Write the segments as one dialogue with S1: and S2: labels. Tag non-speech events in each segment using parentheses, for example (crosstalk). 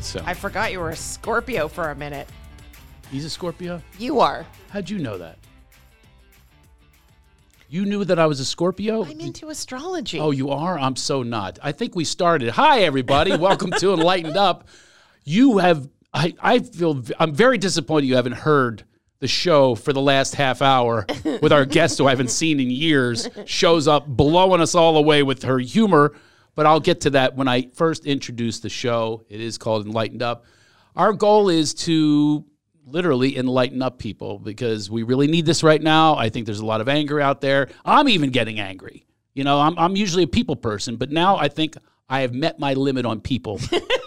S1: so.
S2: I forgot you were a Scorpio for a minute.
S1: He's a Scorpio?
S2: You are.
S1: How'd you know that? You knew that I was a Scorpio?
S2: I'm into astrology.
S1: Oh, you are? I'm so not. I think we started. Hi, everybody. Welcome to Enlightened Up. You have, I, I feel, v- I'm very disappointed you haven't heard the show for the last half hour with our guest who I haven't seen in years shows up blowing us all away with her humor. But I'll get to that when I first introduce the show. It is called Enlightened Up. Our goal is to literally enlighten up people because we really need this right now. I think there's a lot of anger out there. I'm even getting angry. You know, I'm, I'm usually a people person, but now I think I have met my limit on people.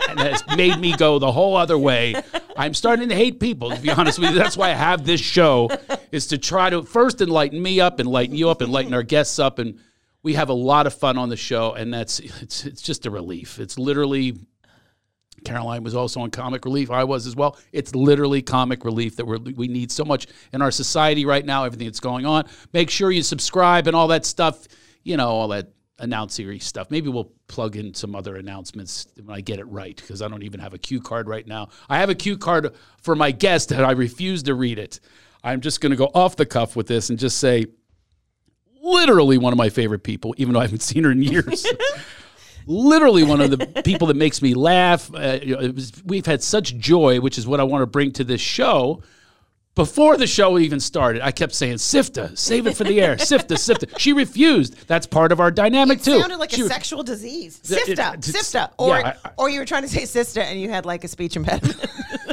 S1: and that's made me go the whole other way. I'm starting to hate people, to be honest with you. That's why I have this show, is to try to first enlighten me up, enlighten you up, enlighten our guests up. And we have a lot of fun on the show. And that's, it's, it's just a relief. It's literally Caroline was also on comic relief. I was as well. It's literally comic relief that we're, we need so much in our society right now, everything that's going on. Make sure you subscribe and all that stuff, you know, all that announcery stuff. Maybe we'll plug in some other announcements when I get it right because I don't even have a cue card right now. I have a cue card for my guest and I refuse to read it. I'm just going to go off the cuff with this and just say, literally one of my favorite people, even though I haven't seen her
S2: (laughs)
S1: in years. literally one of the people that makes me laugh. Uh, you know, it was, we've had such joy, which is what I want to bring to this show. Before the show even started, I kept saying, Sifta, save it for the air. Sifta, Sifta. She refused. That's part of our dynamic,
S2: It
S1: too.
S2: sounded like
S1: She
S2: a
S1: re-
S2: sexual disease.
S1: Th- it-
S2: Sifta,
S1: t-
S2: sifta, or
S1: yeah, I- I-
S2: or you were trying to say sister and you had like a speech impediment.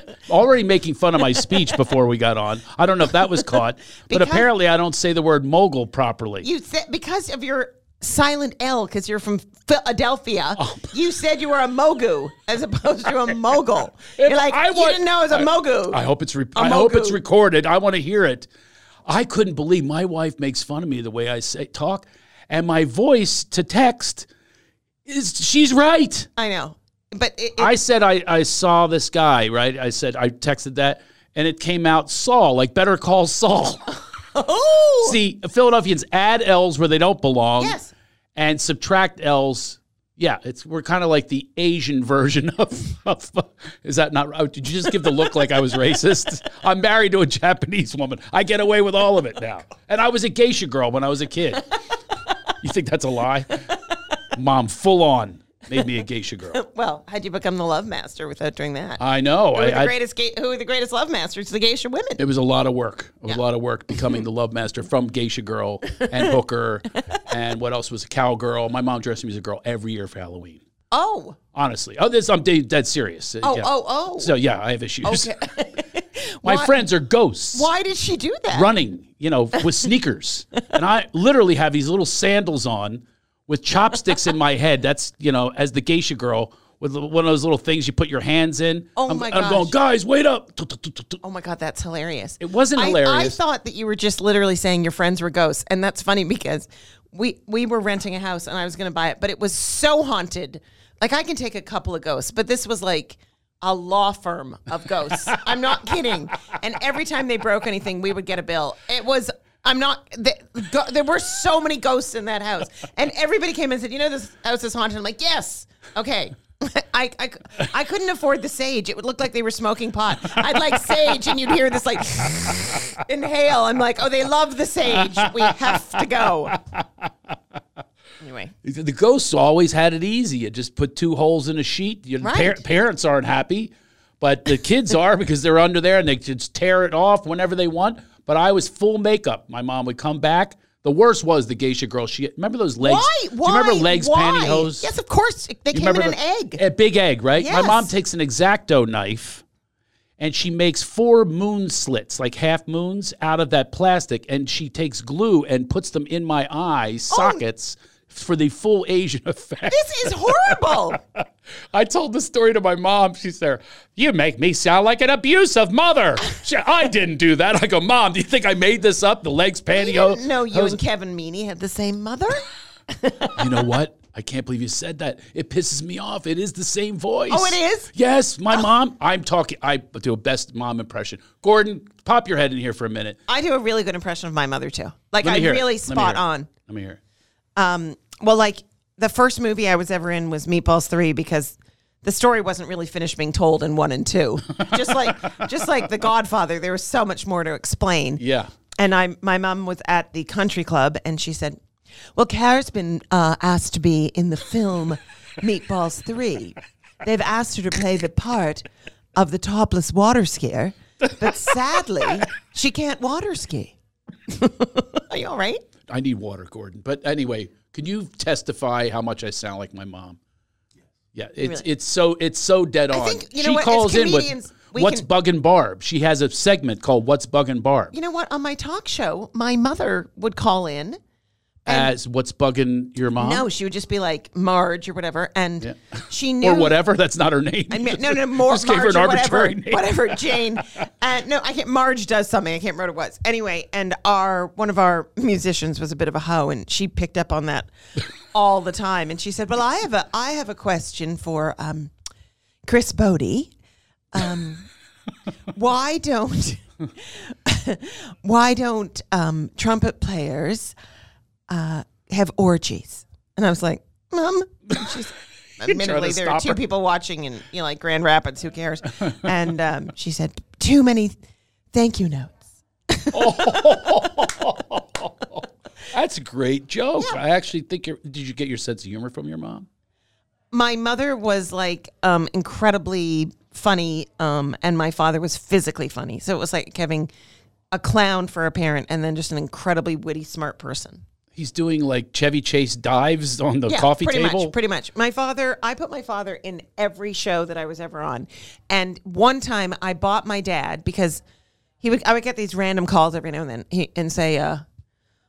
S1: (laughs) already making fun of my speech before we got on. I don't know if that was caught, but
S2: Because-
S1: apparently I don't say the word mogul properly.
S2: you said because of your silent L, because you're from
S1: (laughs)
S2: Philadelphia.
S1: Oh.
S2: You said you were a mogu as opposed to a mogul. you're like
S1: I
S2: you
S1: want-
S2: didn't know it was a
S1: I-
S2: mogu.
S1: I hope it's re-
S2: A
S1: I hope it's
S2: mogu.
S1: recorded. I want to hear it. I couldn't believe my wife makes fun of me the way I say talk, and my voice to text is she's right.
S2: I know, but it, it-
S1: I said I, I saw this guy right. I said I texted that, and it came out Saul like Better Call Saul.
S2: oh,
S1: See, Philadelphians add L's where they don't belong,
S2: Yes.
S1: and subtract L's. Yeah, it's we're kind of like the Asian version of, of. Is that not? oh, Did you just give the look like I was racist? (laughs) I'm married to a Japanese woman. I get away with all of it now, and I was a geisha girl when I was a kid. You think that's a lie? Mom, full on made me a geisha girl.
S2: well, how'd you become the love master without doing that?
S1: I know.
S2: who, are the
S1: I, I,
S2: greatest, ga- who are the greatest love masters? The geisha women.
S1: It was a lot of work. It was a lot of work becoming the love master from geisha girl and hooker and what else was a cowgirl. My mom dressed me as a girl every year for Halloween.
S2: oh,
S1: Honestly, oh, this I'm de- dead serious. Uh,
S2: oh, oh, oh.
S1: So yeah, I have issues. (laughs)
S2: (laughs)
S1: My
S2: Why-
S1: friends are ghosts
S2: Why did she do that?
S1: running, you know, with
S2: (laughs)
S1: sneakers, and I literally have these little sandals on with chopsticks in my head. That's you know, as the geisha girl with one of those little things you put your hands in.
S2: Oh,
S1: I'm,
S2: my
S1: I'm going,
S2: gosh.
S1: guys, wait up.
S2: Oh my God, that's hilarious.
S1: It wasn't
S2: I- I,
S1: hilarious.
S2: thought that you were just literally saying your friends were ghosts. And that's funny because we, we were renting a house and I was going to buy it, but it was so haunted. Like I can take a couple of ghosts, but this was like a law firm of ghosts.
S1: (laughs)
S2: I'm not kidding. And every time they broke anything, we would get a bill. It was. I'm not. The, go, there were so many ghosts in that house, and everybody came and said, "You know, this house is haunted." I'm like, "Yes, okay." (laughs) I, I, c- I couldn't afford the sage. It would look like they were smoking pot. I'd like sage, and you'd hear this like (laughs) inhale. I'm like, oh, they love the sage. We have to go. Anyway,
S1: The the ghosts always had it easy. You just put two holes in a sheet. Your
S2: Right.
S1: par- parents aren't happy, but the kids are (laughs) because they're under there and they just tear it off whenever they want. But I was full makeup. My mom would come back. The worst was the geisha girl. She remember those legs.
S2: why?
S1: Do
S2: Why?
S1: you remember legs
S2: Why?
S1: pantyhose?
S2: Yes, of course. They
S1: You
S2: came in
S1: remember
S2: an
S1: the-
S2: egg.
S1: A big egg, right? My mom
S2: Yes.
S1: takes an exacto knife and she makes four moon slits, like half moons, out of that plastic, and she takes glue and puts them in my eye
S2: Oh.
S1: sockets for the full Asian (laughs) effect.
S2: This is horrible.
S1: I told the story to my mom. She's there. You make me sound like an abusive mother. She- I didn't do that. I go, Mom, do you think I made this up? (laughs) The legs
S2: No,
S1: pantyhose.
S2: you and Kevin Meaney had the same mother.
S1: You know what? I can't believe you said that. It pisses me off. It is the same voice.
S2: Oh, it is? Oh.
S1: Yes, my mom. I'm talking. I do a best mom impression. Gordon, pop your head in here for a minute.
S2: I do a really good impression of my mother too. Like
S1: Let me
S2: I'm
S1: hear it.
S2: really
S1: Let me hear
S2: spot
S1: it.
S2: on.
S1: Let me hear. it.
S2: Um, well, like the first movie I was ever in was Meatballs Three because the story wasn't really finished being told in one and two. (laughs) just like just like The Godfather, there was so much more to explain.
S1: Yeah.
S2: And I, my mom was at the country club, and she said, "Well, Kara's been uh, asked to be in the (laughs) film Meatballs Three. They've asked her to play the part of the topless water skier, but sadly, she can't water ski. (laughs) Are you all right?
S1: I need water, Gordon. But anyway, can you testify how much I sound like my mom? Yeah, it's it's so it's so dead on.
S2: think- you know
S1: she
S2: what, as
S1: calls in with
S2: comedians, we
S1: "What's
S2: can-
S1: Buggin' Barb." She has a segment called "What's Buggin' Barb"
S2: You know what? On my talk show, my mother would call in."
S1: as "What's Buggin' Your Mom"
S2: No, she would just be like Marge or whatever, and (laughs) she knew
S1: or whatever. That's not her name. (laughs)
S2: I mean, no, no, more
S1: Just gave her an
S2: Marge or
S1: arbitrary
S2: whatever,
S1: name. (laughs)
S2: whatever, Jane. Uh, no, I can't. Marge does something. I can't remember what it was. Anyway, and our one of our musicians was a bit of a hoe, and she picked up
S1: (laughs)
S2: on that all the time. And she said, "Well, I have a I have a question for um, Chris Bodie.
S1: (laughs)
S2: Um, why don't why don't um, trumpet players uh, have orgies?" And I was like, "Mom."
S1: (laughs)
S2: And she's- admittedly
S1: to
S2: there are
S1: stop
S2: two
S1: her.
S2: people watching in you know like grand rapids who cares and um, she said too many thank you notes
S1: That's a great joke. I actually think. You're, did you get your sense of humor from your mom?
S2: my mother was like um, incredibly funny um, and my father was physically funny so it was like having a clown for a parent and then just an incredibly witty smart person
S1: He's doing like Chevy Chase dives on the
S2: Yeah,
S1: coffee
S2: pretty
S1: table.
S2: Much, pretty much. My father, I put my father in every show that I was ever on. And one time I bought my dad because he would I would get these random calls every now and then he, and say, uh,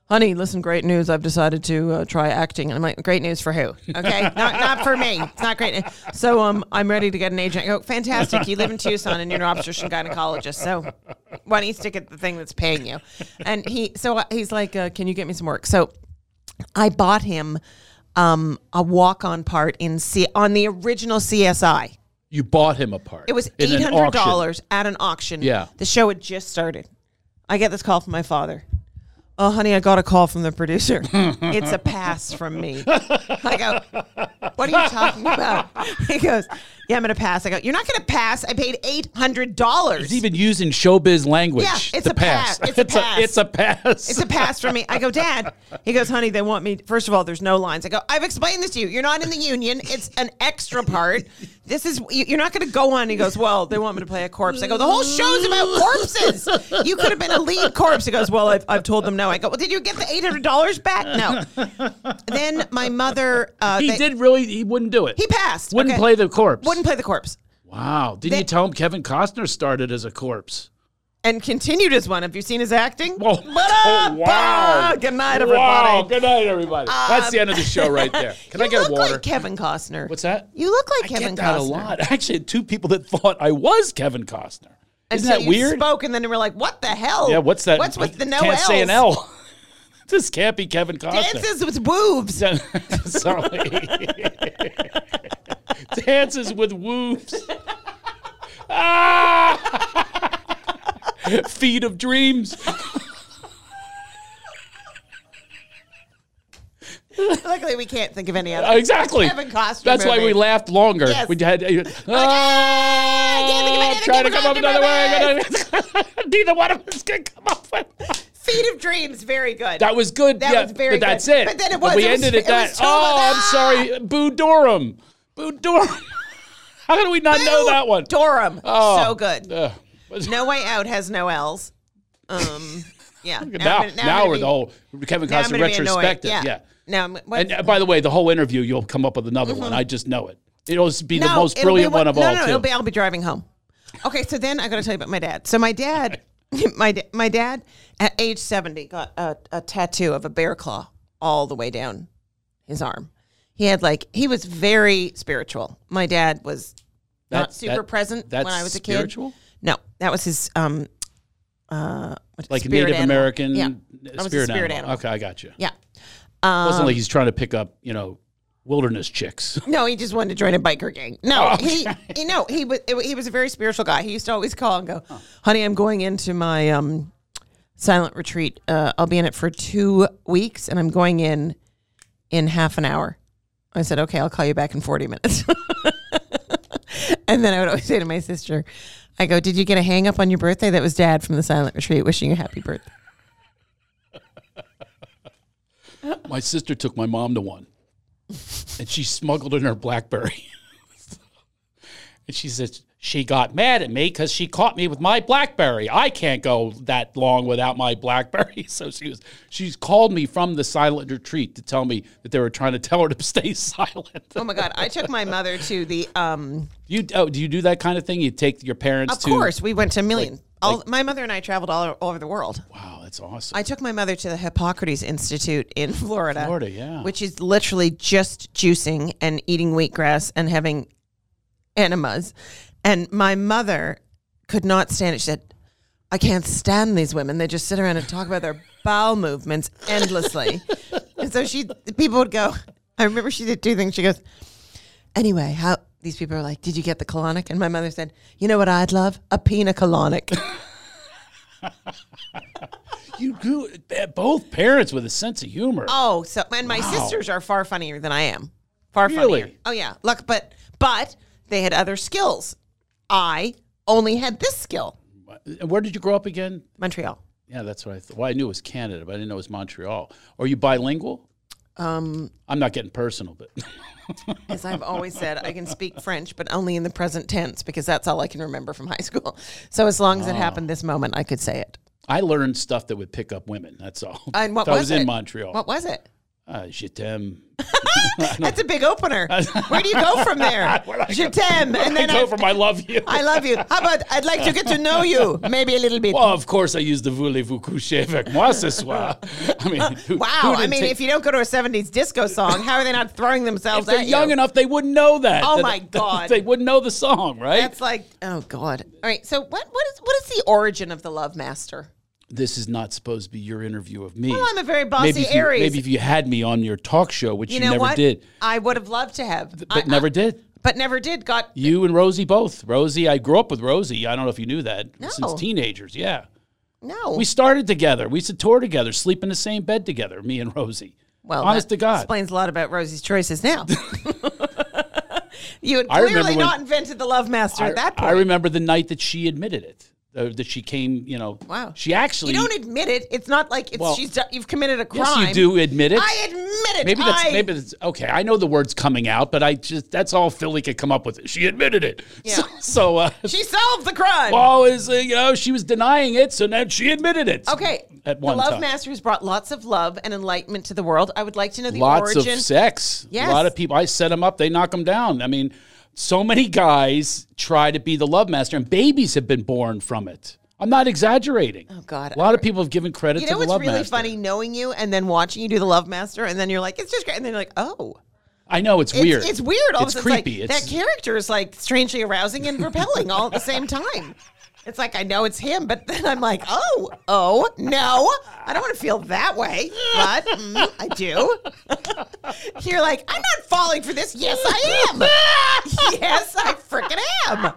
S2: honey, listen, great news. I've decided to uh, try acting. And I'm like, great news for who? Okay. (laughs) not, not for me. It's not great. news. So um, I'm ready to get an agent. I go, fantastic. You live in Tucson and you're an obstetrician gynecologist. So why don't you stick at the thing that's paying you? And he, so I- he's like, uh, can you get me some work? So I bought him um, a walk-on part in C- on the original CSI.
S1: you bought him a part.
S2: It was
S1: in
S2: eight
S1: an
S2: hundred
S1: auction.
S2: dollars at an auction.
S1: Yeah.
S2: the show had just started. I get this call from my father. Oh, honey, I got a call from
S1: (laughs)
S2: the producer. it's a pass from me. I go, what are you talking about? He goes, yeah, I'm going to pass. I go, you're not going to pass. I paid $800.
S1: He's even using showbiz language.
S2: Yeah, it's
S1: the
S2: a pass.
S1: (laughs)
S2: It's a pass.
S1: It's a pass.
S2: It's a pass for me. I go, Dad. He goes, Honey, they want me. First of all, there's no lines. I go, I've explained this to you. You're not in the union. It's an extra part. This is you- you're not going to go on. He goes, Well, they want me to play a corpse. I go, The whole show's about corpses. You could have been a lead corpse. He goes, Well, I've, I've told them no. I go, Well, did you get the eight hundred dollars back? No. Then my mother.
S1: (laughs)
S2: Uh,
S1: he
S2: they-
S1: did really. He wouldn't do it.
S2: He passed.
S1: Wouldn't
S2: Okay.
S1: play the corpse.
S2: Wouldn't play the corpse.
S1: Wow. Didn't you tell him Kevin Costner started as a corpse? (laughs)
S2: And continued as one. Have you seen his acting?
S1: Oh,
S2: Ba-da, ba. Good night, everybody. Uh,
S1: Wow. Good night, everybody. That's the end of the show right
S2: (laughs)
S1: there. Can
S2: you
S1: I get
S2: look
S1: a water?
S2: like Kevin Costner.
S1: What's that?
S2: You look like
S1: I
S2: Kevin
S1: get that
S2: Costner.
S1: a lot. (laughs) Actually, two people that thought I was Kevern Costner.
S2: And
S1: Isn't
S2: so
S1: that
S2: you
S1: weird?
S2: spoke, and then you were like, "What the hell?
S1: yeah. What's that?
S2: What's with
S1: I
S2: the no
S1: Can't say an
S2: L's?
S1: L. (laughs) this can't be Kevin Costner.
S2: Dances
S1: (laughs)
S2: with boobs.
S1: Sorry. Dances with woofs. Ah! (laughs) Feet of
S2: (laughs)
S1: dreams.
S2: Luckily, we can't think of any other.
S1: Uh, Exactly.
S2: Kevin Costner
S1: That's why we
S2: movie.
S1: laughed longer.
S2: Yes.
S1: We had. ah,
S2: I can't think of
S1: trying to
S2: any
S1: come up with another
S2: other
S1: way. (laughs) Neither one of us can come up with.
S2: Feet of Dreams, very good.
S1: That was good.
S2: That
S1: yeah,
S2: was very
S1: but that's
S2: good.
S1: it.
S2: But then it was-
S1: we
S2: it was-
S1: ended
S2: it
S1: at that.
S2: was so
S1: oh, I'm
S2: bad.
S1: sorry. Boo Durham. Boo Durham. (laughs) How did we not know that one?
S2: Durham,
S1: Oh,
S2: so good.
S1: ugh.
S2: No Way Out has no L's. Um,
S1: (laughs)
S2: yeah.
S1: now,
S2: I'm gonna-
S1: now,
S2: I'm gonna
S1: we're
S2: be-
S1: the whole Kevin
S2: now I'm
S1: Costner
S2: gonna be annoyed.
S1: retrospective. Yeah.
S2: Now, I'm- what-
S1: And uh, by the way, the whole interview, you'll come up with another one. I just know it. It'll be the
S2: Mm-hmm. No,
S1: most
S2: it'll be
S1: brilliant one, of
S2: no,
S1: all.
S2: No, no,
S1: too.
S2: it'll be I'll be driving home. Okay, so then I got to tell you about my dad. So my dad, (laughs) my da- my dad at age seventy got a, a tattoo of a bear claw all the way down his arm. He had like he was very spiritual. My dad was
S1: That-
S2: not super
S1: that-
S2: present
S1: that's
S2: when I was a kid.
S1: spiritual?
S2: No, that was his um uh what-
S1: Like a
S2: spirit
S1: Native
S2: animal.
S1: American
S2: Yeah,
S1: uh,
S2: that was his
S1: spirit,
S2: spirit
S1: animal.
S2: animal. Um,
S1: Okay, I got you.
S2: Yeah.
S1: It wasn't like he's trying to pick up, you know, wilderness chicks.
S2: No, he just wanted to join a biker gang. No,
S1: Oh,
S2: he,
S1: okay.
S2: he no, he was he was a very spiritual guy. He used to always call and go, "Honey, I'm going into my um, silent retreat. Uh, I'll be in it for two weeks, and I'm going in in half an hour." I said, "Okay, I'll call you back in 40 minutes." (laughs) And then I would always say to my sister, I go, Did you get a hang up on your birthday? That was dad from the silent retreat wishing you a happy birthday.
S1: My sister took my mom to one, and she smuggled in her BlackBerry. (laughs) and she says she got mad at me because she caught me with my BlackBerry. I can't go that long without my BlackBerry. (laughs) So she was she's called me from the silent retreat to tell me that they were trying to tell her to (laughs) stay silent.
S2: Oh my God. I took my mother to the, um,
S1: You oh, do you do that kind of thing? You take your parents
S2: of
S1: to
S2: course, we went to a million. all, my mother and I traveled all, all over the world.
S1: Wow, that's awesome.
S2: I took my mother to the Hippocrates Institute in Florida.
S1: Florida, yeah.
S2: Which is literally just juicing and eating wheatgrass and having enemas. And my mother could not stand it. She said, I can't stand these women. They just sit around and talk
S1: (laughs)
S2: about their bowel movements endlessly. and so she, people would go, I remember she did two things. She goes, Anyway, how these people are like, Did you get the colonic? And my mother said, You know what I'd love? A pina colonic.
S1: you do both parents with a sense of humor.
S2: Oh, so and my sisters are far funnier than I am. Far
S1: Really?
S2: funnier. Oh yeah. Look, but but they had other skills. I only had this skill.
S1: Where did you grow up again?
S2: Montreal.
S1: Yeah, that's what I thought. Well, I knew it was Canada, but I didn't know it was Montreal. Are you bilingual? Um, I'm not getting personal, but (laughs)
S2: As I've always said, I can speak French, but only in the present tense because that's all I can remember from high school. So as long as it happened this moment, I could say it.
S1: I learned stuff that would pick up women. That's all.
S2: And what
S1: If I
S2: was
S1: was in
S2: it?
S1: Montreal.
S2: What
S1: (laughs)
S2: was it?
S1: Ah, je t'aime.
S2: That's a big opener. Where do you go
S1: (laughs)
S2: from there?
S1: Where do I go-
S2: Je t'aime. And
S1: I
S2: then
S1: go
S2: I,
S1: from I love you.
S2: (laughs) I love you. How about I'd like to get to know you, maybe a little bit.
S1: well, of course, I used the voulez-vous coucher avec moi ce
S2: (laughs)
S1: soir. I mean, who,
S2: Uh, Wow.
S1: who
S2: I
S1: didn't
S2: mean,
S1: take-
S2: if you don't go to a 70s disco song, how are they not throwing
S1: if
S2: themselves
S1: they're
S2: at
S1: young
S2: you?
S1: enough, they wouldn't know that.
S2: Oh,
S1: That-
S2: my
S1: that- (laughs)
S2: God.
S1: they wouldn't know the song, right?
S2: That's like, oh God. All right. So what, what is, what is the origin of the love master?
S1: this is not supposed to be your interview of me.
S2: Well, I'm a very bossy
S1: maybe if you,
S2: Aries.
S1: Maybe if you had me on your talk show, which you,
S2: You know
S1: never
S2: what?
S1: did,
S2: I would have loved to have,
S1: but
S2: I-
S1: never
S2: I-
S1: did.
S2: but never did. Got
S1: You and Rosie both. Rosie, I grew up with Rosie. I don't know if you knew that.
S2: No.
S1: Since teenagers, yeah.
S2: no.
S1: We started together. We used to tour together, sleep in the same bed together, me and Rosie.
S2: well,
S1: honest
S2: that
S1: to God.
S2: explains a lot about Rosie's
S1: (laughs)
S2: choices now. (laughs) you had
S1: I remember
S2: clearly
S1: when-
S2: not invented the love master
S1: I,
S2: at that
S1: I
S2: point.
S1: remember the night that she admitted it. uh, that she came, you know.
S2: Wow.
S1: She actually.
S2: you don't admit it. It's not like it's
S1: Well,
S2: she's done, you've committed a crime.
S1: yes, you do admit it.
S2: I admit it.
S1: Maybe that's
S2: I-
S1: maybe that's okay. I know the word's coming out, but I just that's all Philly could come up with. She admitted it.
S2: Yeah.
S1: So, (laughs) so uh,
S2: She solved the crime.
S1: Paul is uh, you know she was denying it, so now she admitted it.
S2: Okay.
S1: At one
S2: the Love
S1: time.
S2: Master has brought lots of love and enlightenment to the world. I would like to know the
S1: lots
S2: origin.
S1: of sex.
S2: Yes.
S1: A lot of people. I set them up. They knock them down. I mean, so many guys try to be the love master, and babies have been born from it. I'm not exaggerating. Oh
S2: God.
S1: A lot of people have given credit
S2: you
S1: to
S2: know
S1: the
S2: what's
S1: love
S2: really
S1: master.
S2: funny? Knowing you and then watching you do the Love Master, and then you're like, it's just great. And then you're like, oh.
S1: I know it's,
S2: It's
S1: weird. (laughs)
S2: It's weird. All
S1: it's
S2: of a sudden,
S1: creepy.
S2: It's like,
S1: it's
S2: that character is like strangely arousing and repelling all at the same time. It's like I know it's him, but then I'm like, oh, oh no, I don't want to feel that way, but mm, I do. (laughs) You're like, I'm not falling for this. Yes, I am. (laughs) yes, I freaking am.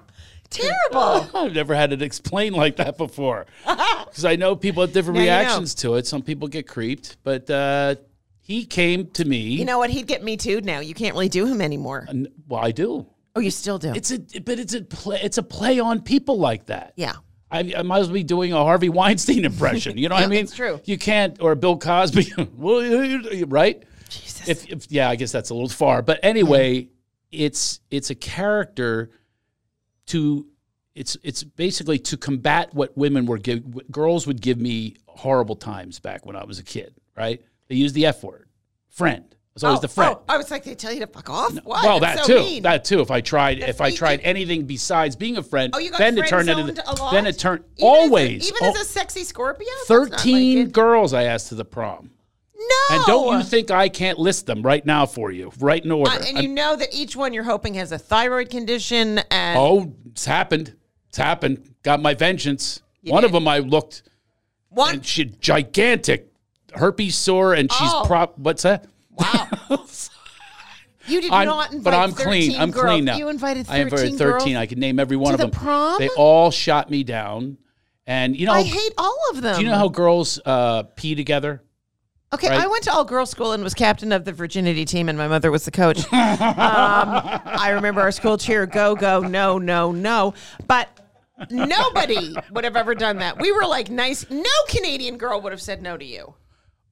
S2: Terrible.
S1: I've never had it explained like that
S2: (laughs)
S1: before. Because I know people have different
S2: Now you know.
S1: reactions to it. Some people get creeped, but uh, he came to me.
S2: You know what? He'd get me too now. You can't really do him anymore.
S1: and, well, I do.
S2: Oh, you still do.
S1: It's a but it's a play. It's a play on people like that.
S2: yeah.
S1: I, I might as well be doing a Harvey Weinstein impression. You know what I
S2: (laughs) Yeah,
S1: mean?
S2: it's true.
S1: You can't, or Bill Cosby, (laughs) Well, you- you- right?
S2: Jesus.
S1: If, if yeah, I guess that's a little far. But anyway, it's it's a character to it's it's basically to combat what women were give what girls would give me horrible times back when I was a kid. Right? They used the F word, friend. It's always
S2: oh,
S1: the friend.
S2: oh, I was like, they tell you to fuck off.
S1: (laughs)
S2: What?
S1: Well,
S2: That's
S1: that
S2: so
S1: too.
S2: mean.
S1: That too. If I tried, if I
S2: mean.
S1: tried anything besides being a friend,
S2: Oh, you got
S1: then it turned
S2: friend zoned
S1: into
S2: a lot.
S1: then it turned
S2: Even as a-
S1: always
S2: even
S1: al-
S2: as a sexy Scorpio. That's not like
S1: Thirteen
S2: it.
S1: girls I asked to the prom,
S2: no.
S1: and don't you think I can't list them right now for you, right in order?
S2: Uh, and you know that each one you're hoping has a thyroid condition, and
S1: oh, it's happened. It's happened. Got my vengeance. One of
S2: did.
S1: them I looked,
S2: one.
S1: and she had gigantic herpes sore, and she's
S2: Oh.
S1: prop. What's that? (laughs)
S2: wow. you did
S1: I'm-
S2: not invite.
S1: but I'm
S2: 13
S1: clean. I'm
S2: girls.
S1: clean now.
S2: You invited
S1: I
S2: thirteen,
S1: invited 13.
S2: girls.
S1: I could name every one
S2: to
S1: of
S2: the
S1: them.
S2: prom?
S1: They all shot me down, and you know
S2: I hate all of them.
S1: Do you know how girls uh, pee together?
S2: Okay,
S1: Right.
S2: I went to all girls school and was captain of the virginity team, and my mother was the
S1: (laughs)
S2: coach. um, I remember our school cheer go, go, no, no, no. But nobody would have ever done that. We were like nice. No Canadian girl would have said no to you.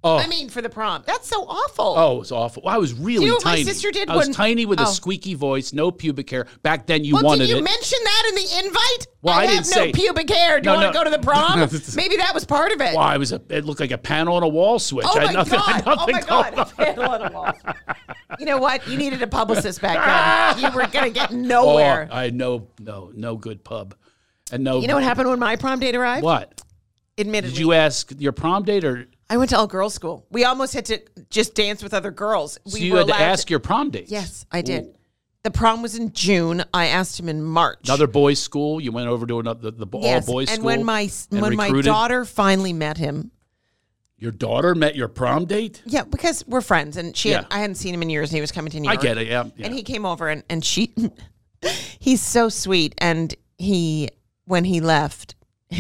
S1: Oh.
S2: I mean, for the prom. That's so awful.
S1: Oh, it was awful. I was really
S2: know what my
S1: tiny.
S2: sister did
S1: I was
S2: when-
S1: tiny with a
S2: Oh.
S1: squeaky voice, no pubic hair. Back then, you
S2: well,
S1: wanted
S2: did you
S1: it.
S2: mention that in the invite?
S1: Well, I
S2: have
S1: didn't
S2: no
S1: say-
S2: pubic hair. Do
S1: No,
S2: you want
S1: no.
S2: to go to the
S1: (laughs)
S2: prom?
S1: No, this is-
S2: Maybe that was part of it.
S1: Wow, I was a, it looked like a panel on a wall switch.
S2: Oh
S1: I
S2: my
S1: had nothing, (laughs) I
S2: god!
S1: had
S2: Oh
S1: nothing
S2: my
S1: going
S2: god! (laughs)
S1: on.
S2: Handle on a wall. You know what? You needed a publicist
S1: (laughs)
S2: back then. You were gonna get nowhere.
S1: Oh, I had no, no, no good pub, and no.
S2: you know what happened when my prom date arrived?
S1: What
S2: Admittedly,
S1: did you ask your prom date, or
S2: I went to all girls school. We almost had to just dance with other girls. We
S1: so you
S2: were
S1: had to
S2: allowed
S1: ask your prom date?
S2: yes, I did. The prom was in June. I asked him in March.
S1: Another boys' school. You went over to another the, the
S2: yes.
S1: all boys'
S2: and
S1: school.
S2: when my s-
S1: and
S2: when my
S1: recruited.
S2: daughter finally met him,
S1: your daughter met your prom date.
S2: yeah, because we're friends, and she had,
S1: Yeah.
S2: I hadn't seen him in years, and he was coming to New
S1: I
S2: York.
S1: get it. Yeah, yeah.
S2: And he came over and, and she (laughs) he's so sweet and he when he left (laughs)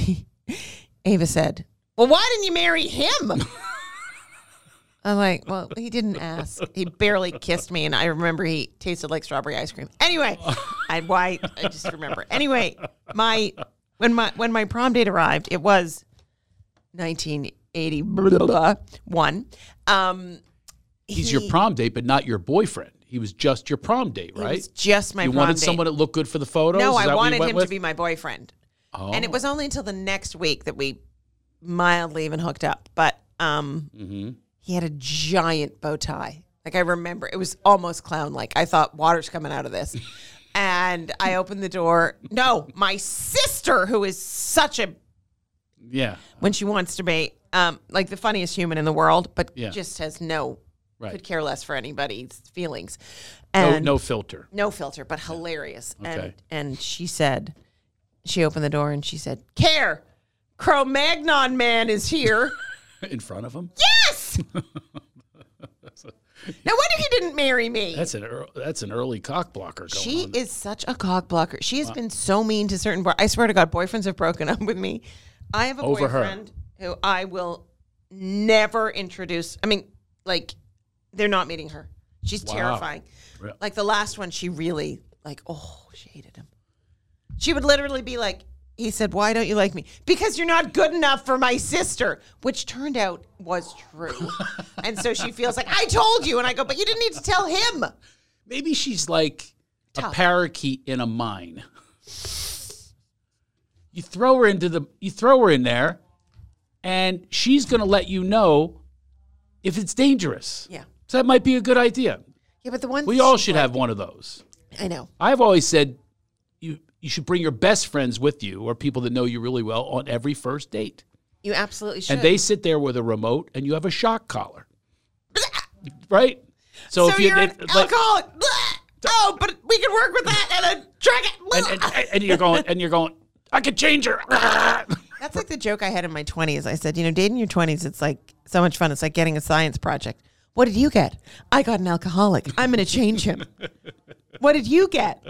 S2: Ava said, "Well, why didn't you
S1: (laughs)
S2: marry him?" I'm like, "Well, he didn't ask. He barely kissed me and I remember he tasted like strawberry ice cream."
S1: (laughs)
S2: Anyway, I why I just remember. Anyway, my when my when my prom date arrived, it was 1980 blah, blah, blah, one. Um
S1: He's
S2: he-
S1: your prom date, but not your boyfriend. He was just your prom date,
S2: it
S1: right?
S2: was just my
S1: you
S2: prom
S1: wanted
S2: date.
S1: someone that looked good for the photos.
S2: No,
S1: Is that what
S2: I
S1: you
S2: wanted
S1: went
S2: him
S1: with?
S2: to be my boyfriend.
S1: Oh.
S2: And it was only until the next week that we mildly even hooked up. But um,
S1: Mm-hmm.
S2: he had a giant bow tie. Like I remember, it was almost clown like. I thought water's coming out
S1: (laughs)
S2: of this. and I opened the door. No, my sister, who is such a
S1: yeah,
S2: when she wants to be, um, like the funniest human in the world, but
S1: Yeah.
S2: just has no
S1: Right.
S2: could care less for anybody's feelings.
S1: no,
S2: And
S1: no filter.
S2: no filter, but hilarious.
S1: Okay.
S2: And and she said, she opened the door and she said, "Care, Cro-Magnon man
S1: (laughs)
S2: is here."
S1: in front of him. (laughs)
S2: yes. no wonder he didn't marry me.
S1: That's an ear that's an early cock blocker. Going
S2: She
S1: on.
S2: is such a cock blocker. She has been so mean to certain. Boy- I swear to God, boyfriends have broken up with me. I have a
S1: Over her.
S2: boyfriend who I will never introduce. I mean, like, they're not meeting her. She's terrifying.
S1: Re-
S2: Like the last one, she really like. Oh, she hated him. She would literally be like, "He said, why don't you like me? Because you're not good enough for my sister," which turned out was true.
S1: (laughs)
S2: and so she feels like I told you, and I go, "But you didn't need to tell him."
S1: Maybe she's like a
S2: Tough.
S1: parakeet in a mine. You throw her into the you throw her in there, and she's gonna let you know if it's dangerous.
S2: Yeah.
S1: So that might be a good idea.
S2: Yeah, but the one
S1: We all should have one of those.
S2: I know.
S1: I've always said you you should bring your best friends with you or people that know you really well on every first date.
S2: You absolutely should.
S1: and they sit there with a remote and you have a shock
S2: (laughs)
S1: collar right so,
S2: so
S1: if you
S2: you, are
S1: if,
S2: an
S1: like,
S2: alcoholic. Blah! Oh, but we could work with that and a drug.
S1: and, and, and you're going and you're going i could change her (laughs)
S2: That's like the joke I had in my 20s. I said, you know, dating your 20s, it's like so much fun. It's like getting a science project. What did you get? I got an alcoholic. I'm going to
S1: (laughs)
S2: change him. what did you get?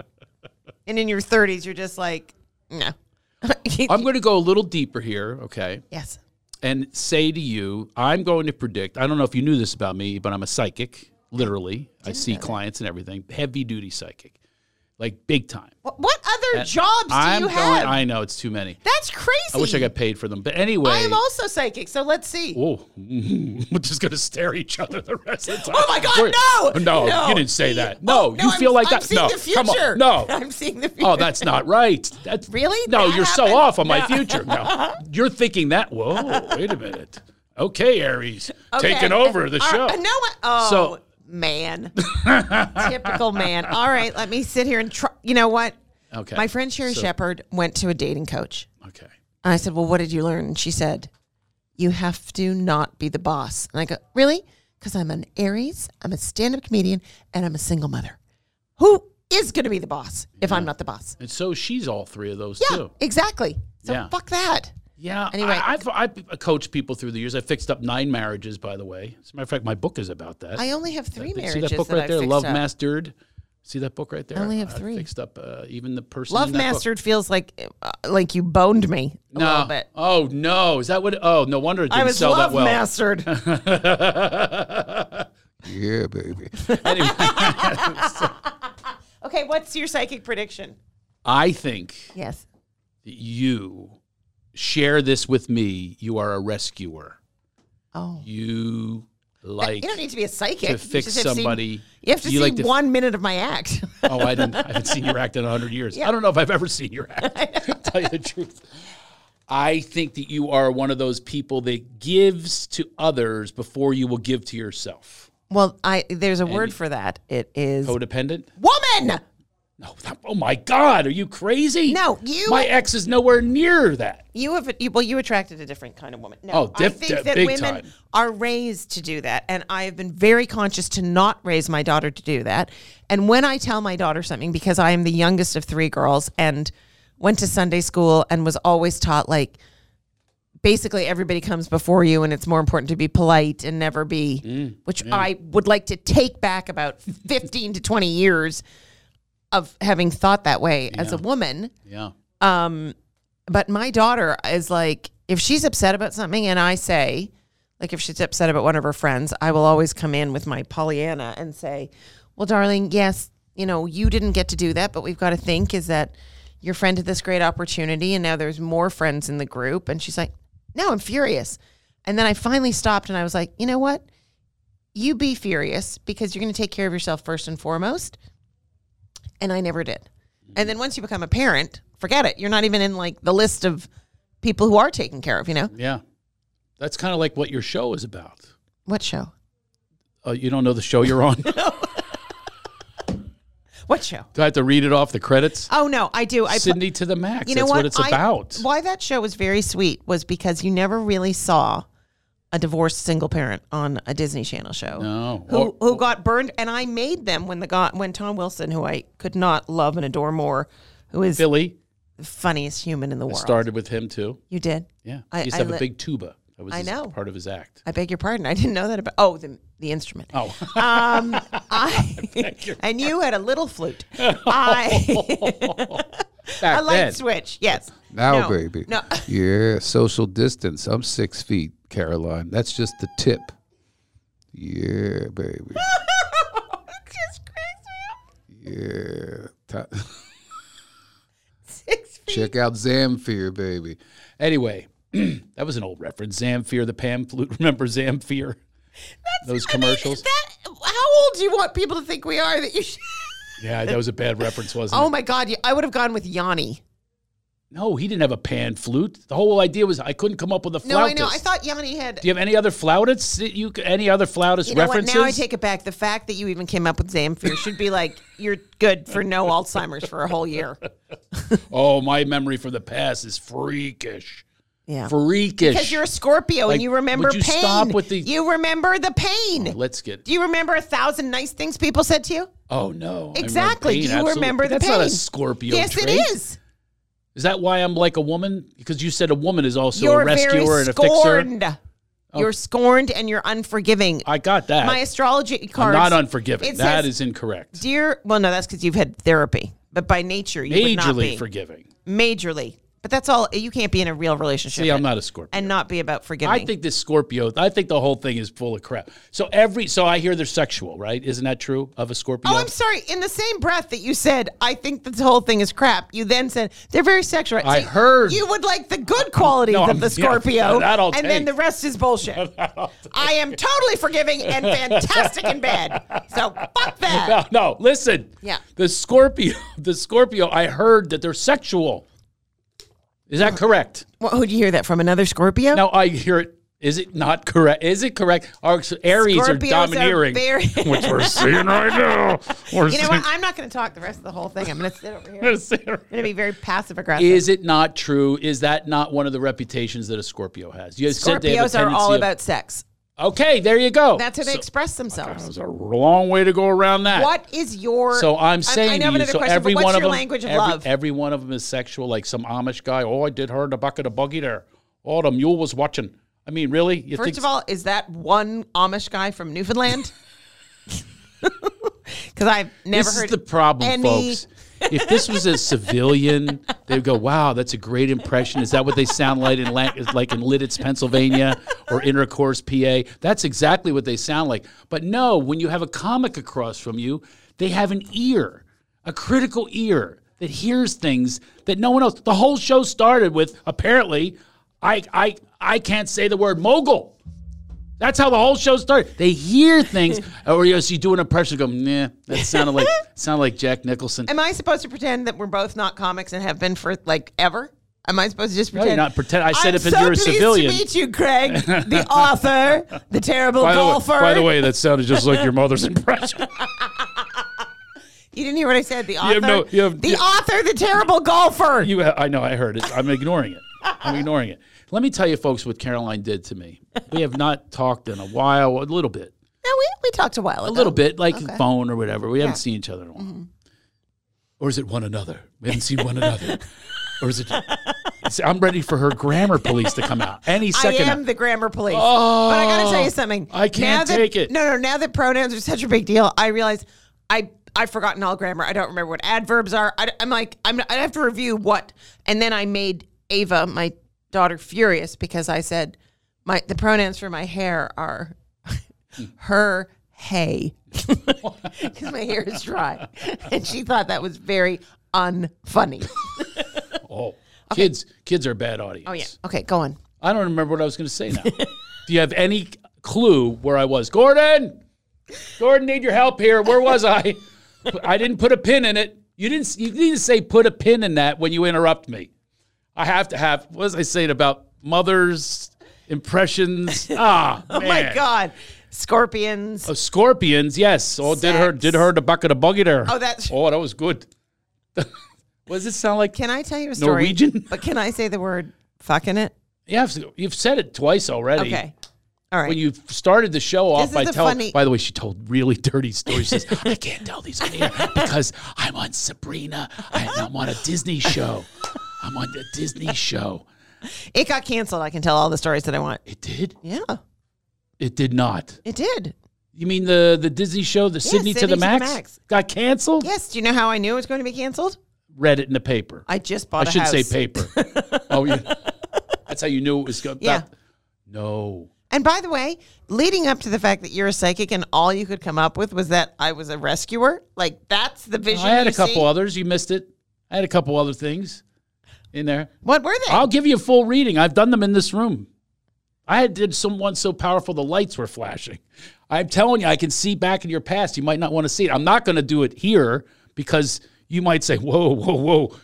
S2: And in your 30s, you're just like, no. (laughs)
S1: i'm going to go a little deeper here okay
S2: yes.
S1: and say to you i'm going to predict i don't know if you knew this about me but i'm a psychic literally i see clients and everything heavy duty psychic like big time
S2: What, what other jobs do
S1: i'm
S2: you
S1: going
S2: have?
S1: i know it's too many
S2: That's crazy.
S1: i wish i got paid for them but anyway
S2: I am also psychic, so let's see.
S1: Oh, (laughs) we're just gonna stare each other the rest of the time.
S2: Oh my God,
S1: We're-
S2: no!
S1: no! you didn't say that. No,
S2: Oh,
S1: you
S2: I'm-
S1: feel like
S2: I'm
S1: that.
S2: seeing
S1: no,
S2: the future.
S1: come on, no.
S2: (laughs) I'm seeing the future.
S1: Oh, that's not right. That's
S2: Really?
S1: No,
S2: That
S1: you're so
S2: happened?
S1: off on my future.
S2: (laughs)
S1: No, you're thinking that. Whoa, wait a minute. Okay, Aries,
S2: Okay.
S1: taking over the
S2: All
S1: show.
S2: right. No, I- oh,
S1: So- (laughs)
S2: man. Typical man. All right, let me sit here and try. You know what?
S1: Okay.
S2: My friend Sherry Shepherd went to a dating coach.
S1: Okay.
S2: And I said, Well, what did you learn? And she said, You have to not be the boss. And I go, Really? Because I'm an Aries, I'm a stand up comedian, and I'm a single mother. Who is going to be the boss if I'm not the boss?
S1: And so she's all three of those
S2: Yeah,
S1: too.
S2: exactly. So
S1: Yeah.
S2: fuck that.
S1: Yeah.
S2: Anyway.
S1: I, I've I've coached people through the years. I fixed up nine marriages, by the way. As a matter of fact, my book is about that.
S2: I only have three
S1: They-
S2: marriages.
S1: See that book
S2: that
S1: right
S2: I've
S1: there,
S2: fixed
S1: Love
S2: up.
S1: Mastered. See that book right there?
S2: I only have three.
S1: fixed up uh, even the person.
S2: Love
S1: in that book.
S2: mastered feels like uh, like you boned me a
S1: No.
S2: little bit.
S1: Oh no! Is that what? Oh no wonder it didn't
S2: I was
S1: sell
S2: love
S1: that well. (laughs)
S2: mastered.
S1: yeah, baby. anyway,
S2: (laughs) okay, what's your psychic prediction?
S1: I think
S2: Yes.
S1: that you share this with me. You are a rescuer.
S2: Oh.
S1: You like
S2: you don't need to be a psychic
S1: to
S2: You
S1: fix
S2: just have to see-
S1: somebody.
S2: you have to
S1: you
S2: see
S1: like to-
S2: one minute of my act. (laughs)
S1: Oh, I didn't. I haven't seen your act in hundred years. I don't know if I've ever seen your
S2: (laughs)
S1: act. to tell you the truth, I think that you are one of those people that gives to others before you will give to yourself.
S2: well, I there's a word for that. It is
S1: Codependent?
S2: woman.
S1: No. that- oh my God, are you crazy?
S2: No, you-
S1: My ex is nowhere near that.
S2: You have you, well, you attracted a different kind of woman. No,
S1: Oh,
S2: I
S1: diff-
S2: think
S1: di-
S2: that
S1: big
S2: women
S1: time.
S2: are raised to do that, and I have been very conscious to not raise my daughter to do that. And when I tell my daughter something, because I am the youngest of three girls, and went to Sunday school and was always taught like basically everybody comes before you and it's more important to be polite and never be
S1: Mm,
S2: which i would like to take back about 15 to 20 years of having thought that way as a woman
S1: Yeah.
S2: but my daughter is like if she's upset about something and i say like if she's upset about one of her friends i will always come in with my pollyanna and say well darling yes you know you didn't get to do that but we've got to think is that your friend had this great opportunity and now there's more friends in the group and she's like no i'm furious and then i finally stopped and i was like you know what you be furious because you're going to take care of yourself first and foremost and I never did. And then once you become a parent, forget it. You're not even in like the list of people who are taken care of. You know
S1: Yeah. That's kind of like what your show is about.
S2: what show?
S1: Uh, you don't know the show
S2: (laughs)
S1: you're on? Do
S2: What show?
S1: I have to read it off the credits?
S2: Oh no, I do. I pl-
S1: Sydney to the max.
S2: you know
S1: That's
S2: what?
S1: what, it's
S2: I-
S1: about.
S2: Why that show was very sweet was because you never really saw a divorced single parent on a Disney Channel show.
S1: No.
S2: Who,
S1: Or-
S2: who got burned? And I made them when the got when Tom Wilson, who I could not love and adore more, who is
S1: Philly
S2: the funniest human in the world.
S1: started with him too.
S2: You did.
S1: Yeah.
S2: I-
S1: he used
S2: I
S1: to have
S2: li-
S1: a big tuba. That was
S2: I
S1: his-
S2: know.
S1: part of his act.
S2: I beg your pardon. I didn't know that about. Oh, the the instrument.
S1: Oh, (laughs)
S2: Um, I, and you had a little flute. I, (laughs) I
S1: back
S2: like
S1: then.
S2: switch. Yes.
S3: Now,
S2: No,
S3: baby.
S2: No. (laughs)
S3: Yeah, social distance. I'm six feet, Caroline. That's just the tip. Yeah, baby.
S2: Just crazy.
S3: Yeah. Ti- (laughs)
S2: Six feet.
S3: Check out Zamfir, baby.
S1: Anyway, (clears throat) that was an old reference. Zamfir, the Pam flute. (laughs) Remember Zamfir? Those commercials.
S2: That, how old do you want people to think we are? That you. Should,
S1: yeah, that was a bad reference, wasn't
S2: oh
S1: it?
S2: my God! you- I would have gone with Yanni.
S1: No, he didn't have a pan flute. The whole idea was I couldn't come up with a flautist.
S2: No, I know. I thought Yanni had.
S1: Do you have any other flautists? That you c- any other flautist
S2: You know
S1: references?
S2: what? Now I take it back. The fact that you even came up with Zamfir should be like you're good for no Alzheimer's for a
S1: (laughs)
S2: whole year.
S1: oh, my memory from the past is freakish,
S2: Yeah.
S1: freakish.
S2: Oh. Because you're a Scorpio
S1: Like,
S2: and you remember
S1: would you
S2: pain.
S1: stop with the-
S2: you remember the pain.
S1: Let's get.
S2: Do you remember a thousand nice things people said to you?
S1: Oh no! I remember
S2: Exactly.
S1: pain,
S2: you
S1: absolutely.
S2: remember the
S1: That's
S2: pain.
S1: not a Scorpio.
S2: Yes,
S1: trait.
S2: it is.
S1: Is that why I'm like a woman? Because you said a woman is also
S2: You're
S1: a rescuer
S2: very
S1: and a fixer.
S2: scorned. You're scorned and you're unforgiving.
S1: I got that.
S2: My astrology
S1: I'm
S2: cards.
S1: not unforgiving.
S2: it
S1: That is
S2: says-
S1: incorrect.
S2: Dear, well, no, that's because you've had therapy. But by nature, you would not
S1: Majorly
S2: be
S1: forgiving.
S2: majorly. But that's all. You can't be in a real relationship
S1: See, I'm not a Scorpio.
S2: and not be about forgiving.
S1: I think this Scorpio. I think the whole thing is full of crap. So every. So I hear they're sexual, right? Isn't that true of a Scorpio?
S2: Oh, I'm sorry. In the same breath that you said, I think this whole thing is crap, you then said they're very sexual.
S1: I
S2: So
S1: heard-
S2: you would like the good qualities
S1: No,
S2: of
S1: I'm- (laughs)
S2: the
S1: yeah,
S2: Scorpio,
S1: that I'll
S2: and then
S1: take.
S2: the rest
S1: (laughs)
S2: is bullshit. I am totally forgiving and fantastic in bed. So fuck that.
S1: No, no, listen.
S2: Yeah.
S1: The Scorpio, (laughs) the Scorpio, I heard that they're sexual. Is that correct?
S2: Well, who do you hear that from? Another Scorpio?
S1: Now I hear it. Is it not correct? Is it correct? Our Aries are
S2: Scorpios are
S1: domineering, (laughs)
S2: very- (laughs)
S1: which we're seeing right now. We're
S2: You
S1: (laughs)
S2: know what? I'm not going to talk the rest of the whole thing. I'm going to sit over here. I'm
S1: seeing-
S2: going to be very passive aggressive.
S1: Is it not true? Is that not one of the reputations that a Scorpio has? You said they have a
S2: Scorpios are all
S1: tendency of-
S2: about sex.
S1: Okay, there you go.
S2: That's how they
S1: So-
S2: express themselves.
S1: There's a long way to go around that.
S2: What is your?
S1: So I'm saying
S2: I, I know
S1: to you,
S2: another
S1: so
S2: question,
S1: every
S2: but what's
S1: one
S2: your
S1: of them,
S2: language of
S1: every,
S2: love?
S1: every one of them is sexual. Like some Amish guy. Oh, I did her in the back of the buggy there. Oh, the mule was watching. I mean, really? You (laughs)
S2: (laughs) First of all, is that one Amish guy from Newfoundland? because I've never
S1: this
S2: heard
S1: is the problem,
S2: any-
S1: folks. If this was a civilian, they'd go, "Wow, that's a great impression." Is that what they sound like in La- like in Lidditz, Pennsylvania, or Intercourse, PA? That's exactly what they sound like. But no, when you have a comic across from you, they have an ear, a critical ear that hears things that no one else. The whole show started with apparently, I I I can't say the word mogul. That's how the whole show started. They hear things,
S2: (laughs)
S1: or you, know, so you do an impression. Go, nah, that sounded like sounded like Jack Nicholson.
S2: Am I supposed to pretend that we're both not comics and have been for like ever? Am I supposed to just
S1: you're
S2: pretend?
S1: not pretend- I said
S2: I'm
S1: it because
S2: so
S1: you're a
S2: pleased
S1: civilian.
S2: To meet
S1: (laughs)
S2: you, Craig, the author, the terrible golfer.
S1: way, that sounded just like your
S2: (laughs)
S1: mother's impression.
S2: you didn't hear what I said. The author,
S1: have no- you have-
S2: the
S1: you-
S2: author, the terrible golfer.
S1: you, I know, I heard it. I'm ignoring it. I'm ignoring it. Let me tell you, folks, what Caroline did to me. We have not talked in a while, a little bit,
S2: no, we, we talked a while
S1: a
S2: ago.
S1: little bit, like
S2: Okay. Mm-hmm.
S1: phone or whatever. We haven't seen each other in a while, or is it one another? We haven't seen one another, or is it? it's- I'm ready for her grammar police to come out any
S2: I
S1: second. Oh, now. Oh.
S2: am the grammar police. but I got to tell you something.
S1: I can't
S2: Now that-
S1: take it.
S2: No, no. Now that pronouns are such a big deal, I realize I I've forgotten all grammar. I don't remember what adverbs are. I, am like I'm. I have to review what. And then I made Ava, my daughter, furious because I said my the pronouns for my hair are (laughs) her (laughs) hay because my hair is dry, and she thought that was very unfunny.
S1: Oh, kids, kids are a bad audience. (laughs)
S2: Oh yeah. Okay, go on.
S1: I don't remember what I was going to say now. Do you have any clue where I was, Gordon? Gordon, need your help here. Where was I? I didn't put a pin in it. You didn't. You need to say put a pin in that when you interrupt me. I have to have. What was I saying about mothers? Impressions.
S2: (laughs)
S1: Ah, Oh,
S2: Oh my God, scorpions.
S1: Scorpions. Yes. Oh, did her
S2: Sex.
S1: did her the bucket of buggy there?
S2: Oh, that's-
S1: Oh, that was good. (laughs) what does it sound like?
S2: Can I tell you a story?
S1: Norwegian?
S2: (laughs) But can I say the word fucking it?
S1: Yeah, you've said it twice already.
S2: Okay. All right.
S1: when you started the show
S2: This
S1: off
S2: is
S1: by
S2: the
S1: telling.
S2: funny-
S1: By the way, she told really (laughs) dirty stories. She says, I can't tell these on air because I'm on Sabrina and I'm on a Disney show. I'm on a Disney show.
S2: it got canceled. I can tell all the stories that I want.
S1: It did.
S2: Yeah,
S1: It did not.
S2: it did.
S1: You mean the the Disney show, the Sydney, to,
S2: Sydney
S1: the Max, got canceled?
S2: Yes. Do you know how I knew it was going to be canceled?
S1: Read it in the paper.
S2: I just
S1: I
S2: bought. a
S1: should say
S2: house.
S1: paper.
S2: (laughs)
S1: oh, yeah. That's how you knew it was going.
S2: Yeah.
S1: No.
S2: And by the way, leading up to the fact that you're a psychic and all you could come up with was that I was a rescuer, like that's the vision.
S1: I had
S2: you
S1: a couple
S2: see?
S1: others. You missed it. I had a couple other things in there.
S2: What were they?
S1: I'll give you a full reading. I've done them in this room. I had did someone so powerful the lights were flashing. I'm telling you, I can see back in your past. You might not want to see it. I'm not going to do it here because you might say, "Whoa, whoa, whoa."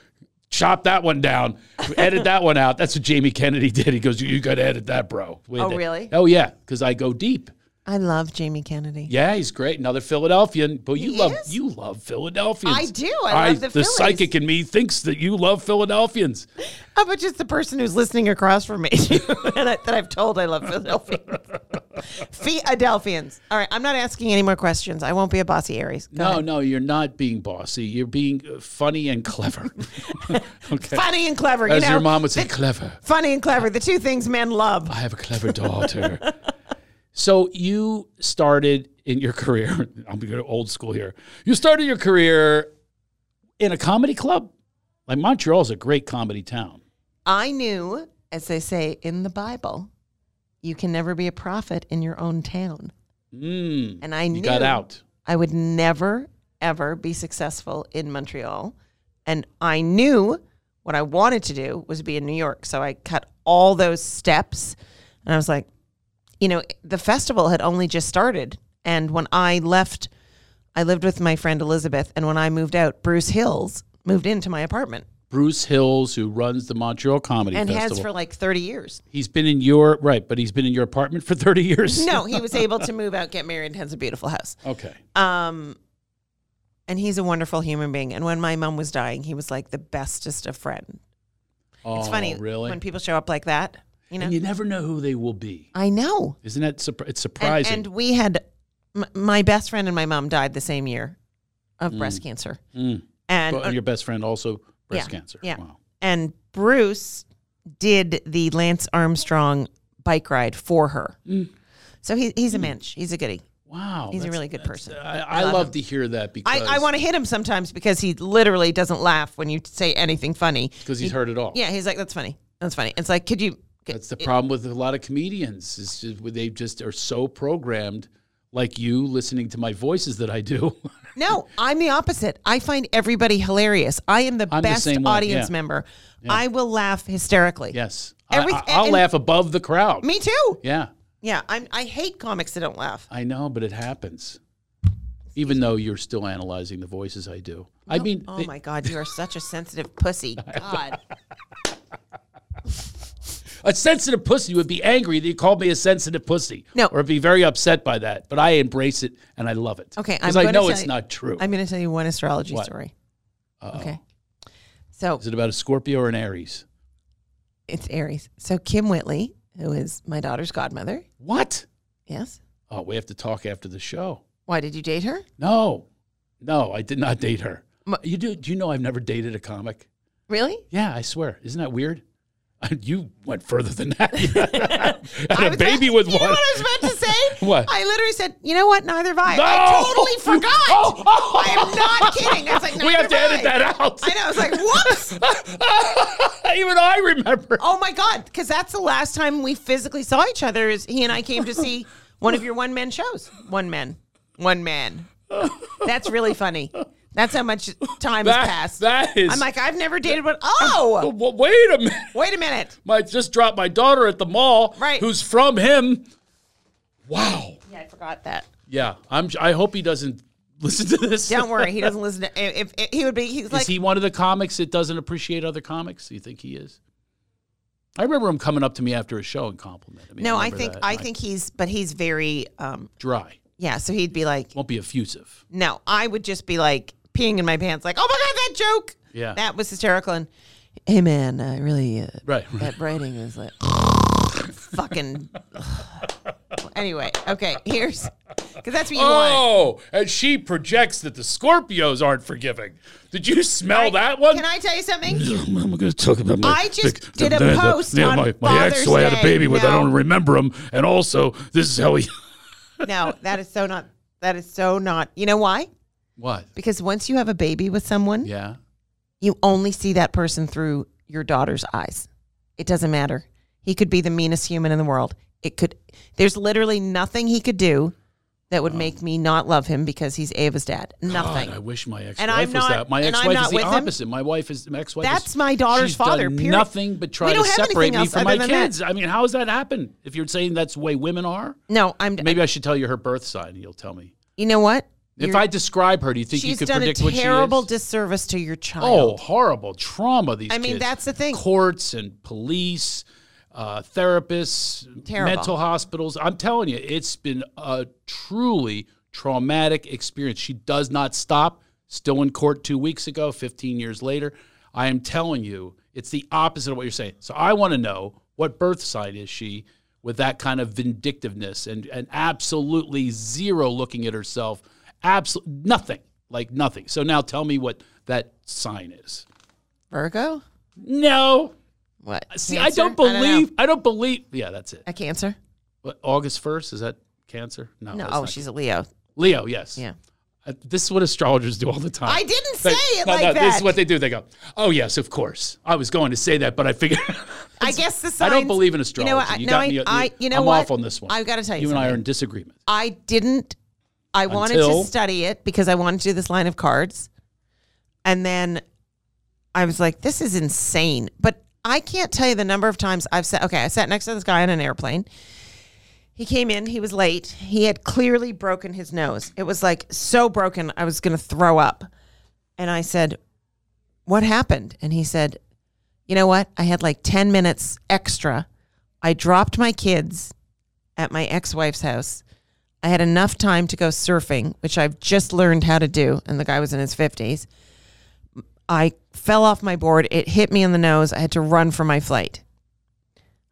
S1: Chop that one down. Edit that one out. That's what Jamie Kennedy did. He goes, "You, you got to edit that, bro." Wait
S2: Oh,
S1: there.
S2: really?
S1: Oh yeah, because I go deep.
S2: I love Jamie Kennedy.
S1: Yeah, he's great. Another Philadelphian, but you
S2: He
S1: love
S2: is?
S1: you love Philadelphians.
S2: I do. I love the
S1: the
S2: Phillies.
S1: psychic in me thinks that you love Philadelphians.
S2: How about just the person who's listening across from me (laughs) and I, that I've told I love Philadelphia? Philadelphians. All right, I'm not asking any more questions. I won't be a bossy Aries. Go
S1: No,
S2: ahead.
S1: no, you're not being bossy. You're being uh, funny and
S2: (laughs)
S1: clever. (laughs) okay.
S2: Funny and clever. You
S1: As
S2: know,
S1: your mom
S2: (laughs)
S1: would say, clever.
S2: funny and clever, the two things men love.
S1: I have a clever daughter. so you started in your career. (laughs) I'm going to old school here. You started your career in a comedy club. Like Montreal's a great comedy town.
S2: I knew, as they say in the Bible, you can never be a prophet in your own town.
S1: Mm.
S2: And I
S1: You
S2: knew
S1: got out.
S2: I would never, ever be successful in Montreal. And I knew what I wanted to do was be in New York. So I cut all those steps. And I was like, you know, the festival had only just started. And when I left, I lived with my friend Elizabeth. And when I moved out, Bruce Hills moved into my apartment
S1: Bruce Hills, who runs the Montreal Comedy
S2: and
S1: Festival,
S2: has for like 30 years.
S1: he's been in your right, but he's been in your apartment for 30 years.
S2: No, he was able to move out, get married, and has a beautiful house.
S1: Okay.
S2: Um, and he's a wonderful human being. And when my mom was dying, he was like the bestest of friend.
S1: Oh,
S2: It's funny
S1: Really?
S2: when people show up like that. You know,
S1: And you never know who they will be.
S2: I know.
S1: Isn't that surpri- it's
S2: And,
S1: surprising?
S2: and we had m- my best friend and my mom died the same year of breast cancer.
S1: Mm.
S2: And uh,
S1: But your best friend also breast
S2: Yeah,
S1: cancer.
S2: yeah.
S1: Wow.
S2: and Bruce did the
S1: Mm.
S2: Lance Armstrong bike ride for her. So he, he's a mensch. He's a goodie.
S1: Wow.
S2: He's a
S1: Mm. that's-
S2: really good person.
S1: I, I love, to hear that because
S2: I, I want to hit him sometimes because he literally doesn't laugh when you say anything funny.
S1: because he's heard it all.
S2: Yeah, he's like, that's funny. That's funny. It's like, could you?
S1: That's the problem with a lot of comedians is just, they just are so programmed, like you listening to my voices that I do. (laughs)
S2: No, I'm the opposite. I find everybody hilarious. I am the
S1: I'm the
S2: best
S1: same way,
S2: audience
S1: yeah.
S2: member. I will laugh hysterically.
S1: yes,
S2: Every-
S1: I, I, will
S2: and-
S1: laugh above the crowd.
S2: Me too.
S1: yeah,
S2: Yeah, I'm, I hate comics that don't laugh.
S1: I know, but it happens. Even though you're still analyzing the voices I do. I mean,
S2: Oh
S1: they-
S2: my
S1: (laughs)
S2: God, you are such a sensitive pussy. God.
S1: a sensitive pussy would be angry that you called me a sensitive pussy.
S2: No.
S1: Or be very upset by that. But I embrace it and I love it.
S2: Okay, I'm
S1: Because I
S2: gonna
S1: know
S2: tell
S1: it's
S2: you-
S1: not true.
S2: I'm going to tell you one astrology
S1: What?
S2: story. Okay. So
S1: Is it about a Scorpio or an Aries?
S2: it's Aries. So Kim Whitley, who is my daughter's godmother.
S1: What?
S2: Yes.
S1: Oh, we have to talk after the show.
S2: Why did you date her?
S1: No, no, I did not date her.
S2: Ma-
S1: You do? Do you know I've never dated a comic?
S2: Really?
S1: Yeah, I swear. Isn't that weird? Uh, You went further than that. (laughs) I
S2: I
S1: had a
S2: was
S1: baby
S2: about-
S1: with
S2: you know
S1: one.
S2: what I was about to say?
S1: (laughs) What?
S2: I literally said, you know what? Neither have I.
S1: No!
S2: I
S1: (laughs)
S2: totally forgot.
S1: Oh, oh.
S2: I am not kidding. I was like,
S1: we
S2: neither
S1: have to
S2: have
S1: edit
S2: I.
S1: that out.
S2: I know. I was like,
S1: (laughs)
S2: whoops.
S1: Even I remember.
S2: oh my God. Because that's the last time we physically saw each other is he and I came to see one of your one man shows. One man. One man. That's really funny. That's how much time
S1: That-
S2: has passed.
S1: that is-
S2: I'm like, I've never dated one.
S1: (laughs)
S2: Oh,
S1: Well, wait a minute.
S2: wait a minute.
S1: I just dropped my daughter at the mall.
S2: Right.
S1: Who's from him? Wow.
S2: Yeah, I forgot that.
S1: Yeah. I'm. I hope he doesn't (laughs) listen to this.
S2: Don't worry, he doesn't listen to. If, if he would be, he's like,
S1: is he one of the comics that doesn't appreciate other comics? Do you think he is? I remember him coming up to me after a show and complimenting me.
S2: No, I
S1: remember
S2: think
S1: that.
S2: I
S1: Like,
S2: think he's but he's very um
S1: dry.
S2: yeah, so he'd be like
S1: Won't be effusive.
S2: no, I would just be like peeing in my pants like, "Oh my god, that joke."
S1: Yeah.
S2: That was hysterical and hey man, I really uh,
S1: Right.
S2: (laughs) that writing is like
S1: (laughs)
S2: fucking Anyway, okay, here's cuz that's what you want.
S1: Oh, and she projects that the Scorpios aren't forgiving. Did you smell
S2: I-
S1: that one?
S2: Can I tell you something?
S1: I'm going to talk about my.
S2: I just did a post on
S1: my, my ex who I had a
S2: Father's
S1: baby
S2: Day.
S1: with. I
S2: No.
S1: don't remember him. And also, this is how he. (laughs)
S2: No, that is so not that is so not. You know why?
S1: What?
S2: Because once you have a baby with someone,
S1: Yeah.
S2: you only see that person through your daughter's eyes. It doesn't matter. He could be the meanest human in the world. It could there's literally nothing he could do that would make me not love him because he's Ava's dad.
S1: Um,
S2: Nothing.
S1: God, I wish my ex-wife
S2: And I'm
S1: was
S2: not-
S1: that. My
S2: and I'm
S1: ex-wife is
S2: not
S1: the
S2: with him.
S1: opposite. My wife is my ex-wife. is-
S2: That's my daughter's
S1: she's
S2: father,
S1: Done
S2: period.
S1: Nothing but try
S2: We
S1: to
S2: don't have anything
S1: separate me
S2: else
S1: from
S2: other
S1: my
S2: than that.
S1: kids. I mean, how does that happen? If you're saying that's the way women are,
S2: no, I'm
S1: maybe I should tell you her birth sign. and You'll tell me.
S2: You know what?
S1: If
S2: You're-
S1: I describe her, do you think you
S2: she's
S1: could
S2: done a
S1: predict what she is?
S2: terrible disservice to your
S1: oh,
S2: child.
S1: horrible trauma. These.
S2: I mean,
S1: kids.
S2: that's the thing.
S1: Courts and police, uh, therapists,
S2: Terrible.
S1: mental hospitals. I'm telling you, it's been a truly traumatic experience. She does not stop. Still in court two weeks ago, 15 years later. I am telling you, it's the opposite of what you're saying. So I want to know what birth sign is she with that kind of vindictiveness and, and absolutely zero looking at herself. Absolutely nothing, like nothing. So now tell me what that sign is.
S2: Virgo?
S1: No.
S2: What?
S1: Uh, See, I
S2: Cancer?
S1: don't
S2: know.
S1: believe. I don't, believe. Yeah, that's it.
S2: a cancer?
S1: What, August first is that Cancer? No.
S2: No,
S1: that's
S2: oh,
S1: not-
S2: she's a Leo.
S1: Leo. Yes.
S2: Yeah.
S1: Uh, this is what astrologers do all the time.
S2: I didn't say
S1: They-
S2: it
S1: no,
S2: like
S1: no,
S2: that.
S1: This is what they do. They go, "Oh yes, of course." I was going to say that, but I figured (laughs)
S2: I guess the
S1: I
S2: signs,
S1: don't believe in
S2: You
S1: astrology.
S2: know what? I- no,
S1: got
S2: I-
S1: me-
S2: I- you know
S1: I'm
S2: what?
S1: off on this one.
S2: I've gotta tell you
S1: you and I are
S2: something.
S1: in disagreement.
S2: I didn't. I wanted
S1: Until-
S2: to study it because I wanted to do this line of cards. And then I was like, this is insane. But I can't tell you the number of times I've sat, okay, I sat next to this guy on an airplane. He came in, he was late. He had clearly broken his nose. It was like so broken, I was going to throw up. And I said, What happened? And he said, You know what? I had like 10 minutes extra. I dropped my kids at my ex wife's house. I had enough time to go surfing, which I've just learned how to do. And the guy was in his 50s. I fell off my board. It hit me in the nose. I had to run for my flight.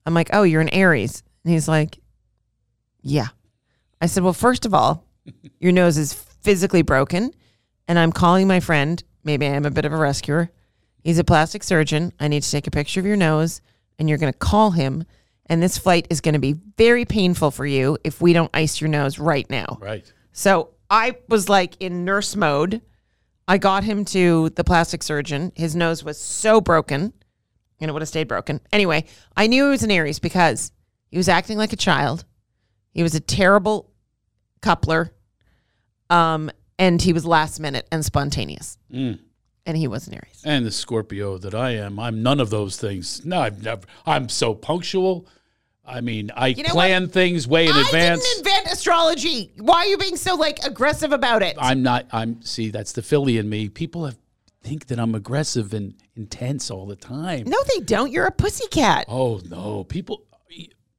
S2: I'm like, oh, you're an Aries. And he's like, yeah. I said, well, first of all, your nose is physically broken. And I'm calling my friend. Maybe I am a bit of a rescuer. He's a plastic surgeon. I need to take a picture of your nose. And you're going to call him And this flight is going to be very painful for you if we don't ice your nose right now.
S1: Right.
S2: So I was like in nurse mode. I got him to the plastic surgeon. His nose was so broken, and it would have stayed broken. Anyway, I knew he was an Aries because he was acting like a child. He was a terrible coupler, um, and he was last minute and spontaneous.
S1: Mm.
S2: And he was an Aries.
S1: And the Scorpio that I am, I'm none of those things. No, I've never. I'm so punctual. I mean, I
S2: know
S1: plan things way in advance.
S2: I didn't invent astrology. Why are you being so like aggressive about it?
S1: I'm not. I'm see. That's the Philly in me. People have think that I'm aggressive and intense all the time.
S2: no, they don't. You're a pussycat.
S1: Oh no, people.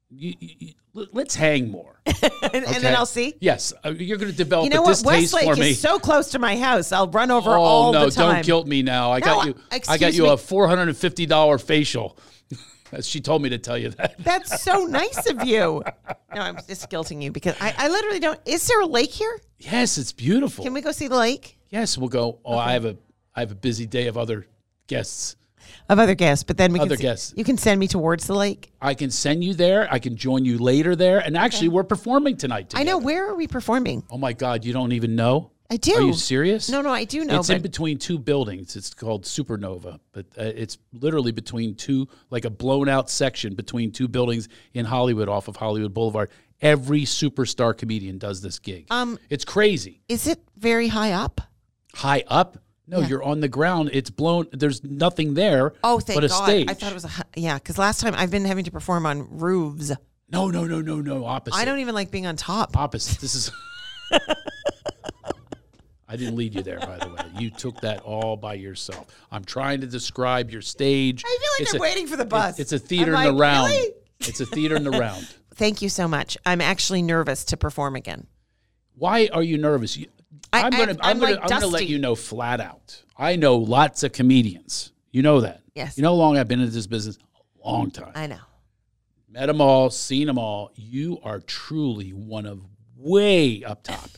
S1: You, you, you, let's hang
S2: (laughs)
S1: more.
S2: and, and then I'll see.
S1: Yes, uh, you're going to develop
S2: You
S1: a
S2: know what?
S1: distaste
S2: Westlake
S1: for
S2: is
S1: me.
S2: so close to my house. I'll run over
S1: oh
S2: all
S1: no,
S2: the time.
S1: don't guilt me now. I got
S2: No,
S1: you. I got
S2: excuse
S1: you
S2: me.
S1: a four hundred and fifty dollar facial. (laughs) she told me to tell you that.
S2: That's so nice of you. No, I'm just guilting you because I, I literally don't. Is there a lake here?
S1: Yes, it's beautiful.
S2: Can we go see the lake?
S1: yes, we'll go. Oh, I have a I have a busy day of other guests.
S2: Of other guests, but then we
S1: Other
S2: can. see-
S1: guests.
S2: You can send me towards the lake.
S1: I can send you there. I can join you later there. And actually, we're performing tonight.
S2: I know.
S1: together.
S2: Where are we performing?
S1: Oh my God, you don't even know?
S2: I do.
S1: Are you serious?
S2: No, no, I do know.
S1: it's in
S2: but
S1: between two buildings. It's called Supernova, but uh, it's literally between two, like a blown out section between two buildings in Hollywood off of Hollywood Boulevard. Every superstar comedian does this gig. Um, it's crazy.
S2: is it very high up?
S1: High up? No, you're on the ground. It's blown. There's nothing there.
S2: Oh, thank
S1: but a
S2: God!
S1: stage.
S2: I thought it was a hi- yeah. Because last time I've been having to perform on roofs.
S1: no, no, no, no, no. Opposite.
S2: I don't even like being on top.
S1: opposite. This is. (laughs) I didn't lead you there, by the way. You took that all by yourself. I'm trying to describe your stage.
S2: I feel like
S1: It's
S2: I'm
S1: a-
S2: waiting for the bus.
S1: It's a theater
S2: I'm
S1: in the
S2: like,
S1: round.
S2: really?
S1: It's a theater in the round.
S2: Thank you so much. I'm actually nervous to perform again.
S1: Why are you nervous? You,
S2: I-
S1: I'm gonna,
S2: I'm-
S1: I'm,
S2: I'm
S1: gonna,
S2: like
S1: I'm gonna let
S2: Dusty.
S1: you know flat out. I know lots of comedians. You know that.
S2: Yes.
S1: You know how long I've been in this business? A long time.
S2: I know.
S1: Met them all, seen them all. You are truly one of way up top.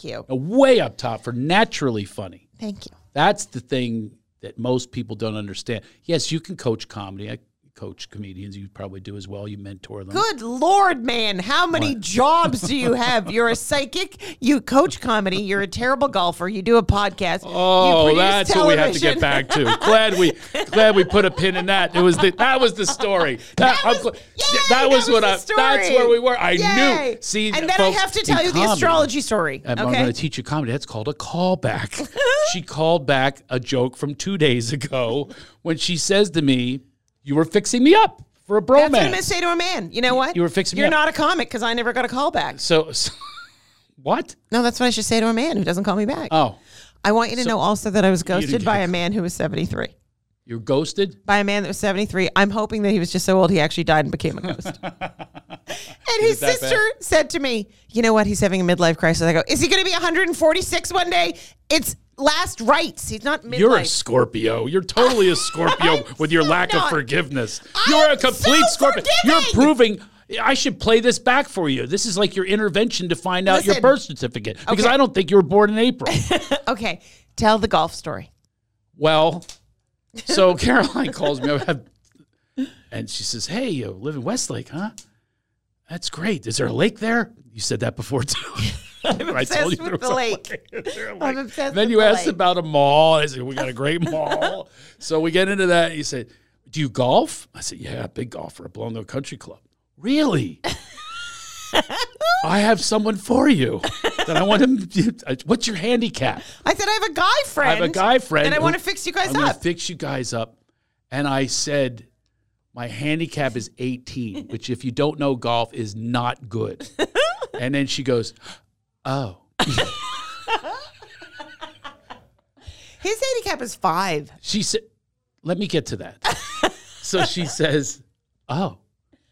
S2: Thank you.
S1: way up top for naturally funny.
S2: Thank you.
S1: That's the thing that most people don't understand. Yes, you can coach comedy. I coach comedians. You probably do as well. You mentor them.
S2: Good Lord, man. How many jobs do
S1: (laughs)
S2: you have? You're a psychic. You coach comedy. You're a terrible golfer. You do a podcast. you
S1: Oh,
S2: produce
S1: that's what we have to get
S2: television.
S1: back to. Glad we glad we put a pin in that. It was the that was the
S2: (laughs)
S1: story. That, I'm gl-
S2: Yay,
S1: yeah, that was what
S2: the
S1: I. That's
S2: story.
S1: where we were. I
S2: Yay.
S1: knew. See,
S2: and then
S1: folks,
S2: I have to
S1: in
S2: tell you the
S1: comedy-
S2: astrology story.
S1: I'm,
S2: okay.
S1: going to teach you comedy. That's called a
S2: (laughs)
S1: callback. she called back a joke from two days ago when she says to me, "You were fixing me up for a
S2: that's what I'm
S1: bromance."
S2: gonna say to a man. You know what?
S1: you were fixing me
S2: You're
S1: up.
S2: not a comic because I never got a call back.
S1: So, so (laughs) what?
S2: No, that's what I should say to a man who doesn't call me back.
S1: Oh,
S2: I want you to know also that I was ghosted
S1: get
S2: by
S1: a
S2: a man who was 73.
S1: you're ghosted.
S2: By a man that was 73. I'm hoping that he was just so old he actually died and became
S1: (laughs)
S2: a ghost. and his
S1: it that
S2: sister said to me, You know what? He's having a midlife crisis. I go, Is he going to be 146 one day? It's last rites. He's not midlife.
S1: You're a Scorpio. You're
S2: (laughs)
S1: totally a Scorpio
S2: I'm
S1: with your
S2: so
S1: lack of
S2: not.
S1: forgiveness.
S2: I'm
S1: You're a complete
S2: so
S1: Scorpio. You're proving.
S2: forgiving.
S1: I should play this back for you. This is like your intervention to find out your
S2: Listen.
S1: birth certificate because
S2: Okay.
S1: I don't think you were born in
S2: (laughs)
S1: April.
S2: okay, tell the golf story.
S1: Well, so Caroline calls me up (laughs) and she says, Hey, you live in Westlake, huh? That's great. Is there a lake there? You said that before too. (laughs) I'm
S2: obsessed with the lake. I'm obsessed
S1: Then
S2: with
S1: you
S2: the
S1: asked
S2: lake.
S1: about a mall. I said, We got a great mall. so we get into that. You said, Do you golf? I said, Yeah, big golfer, a Blondo Country Club. Really? I have someone for you that I want to. What's your handicap?
S2: I said, I have a guy friend.
S1: I have a guy friend.
S2: And I
S1: who-
S2: want to fix you guys
S1: I'm gonna
S2: up.
S1: fix you guys up. And I said, my handicap is 18, which if you don't know golf is not good. and then she goes, oh.
S2: His handicap is five.
S1: She said, let me get to that. so she says, oh.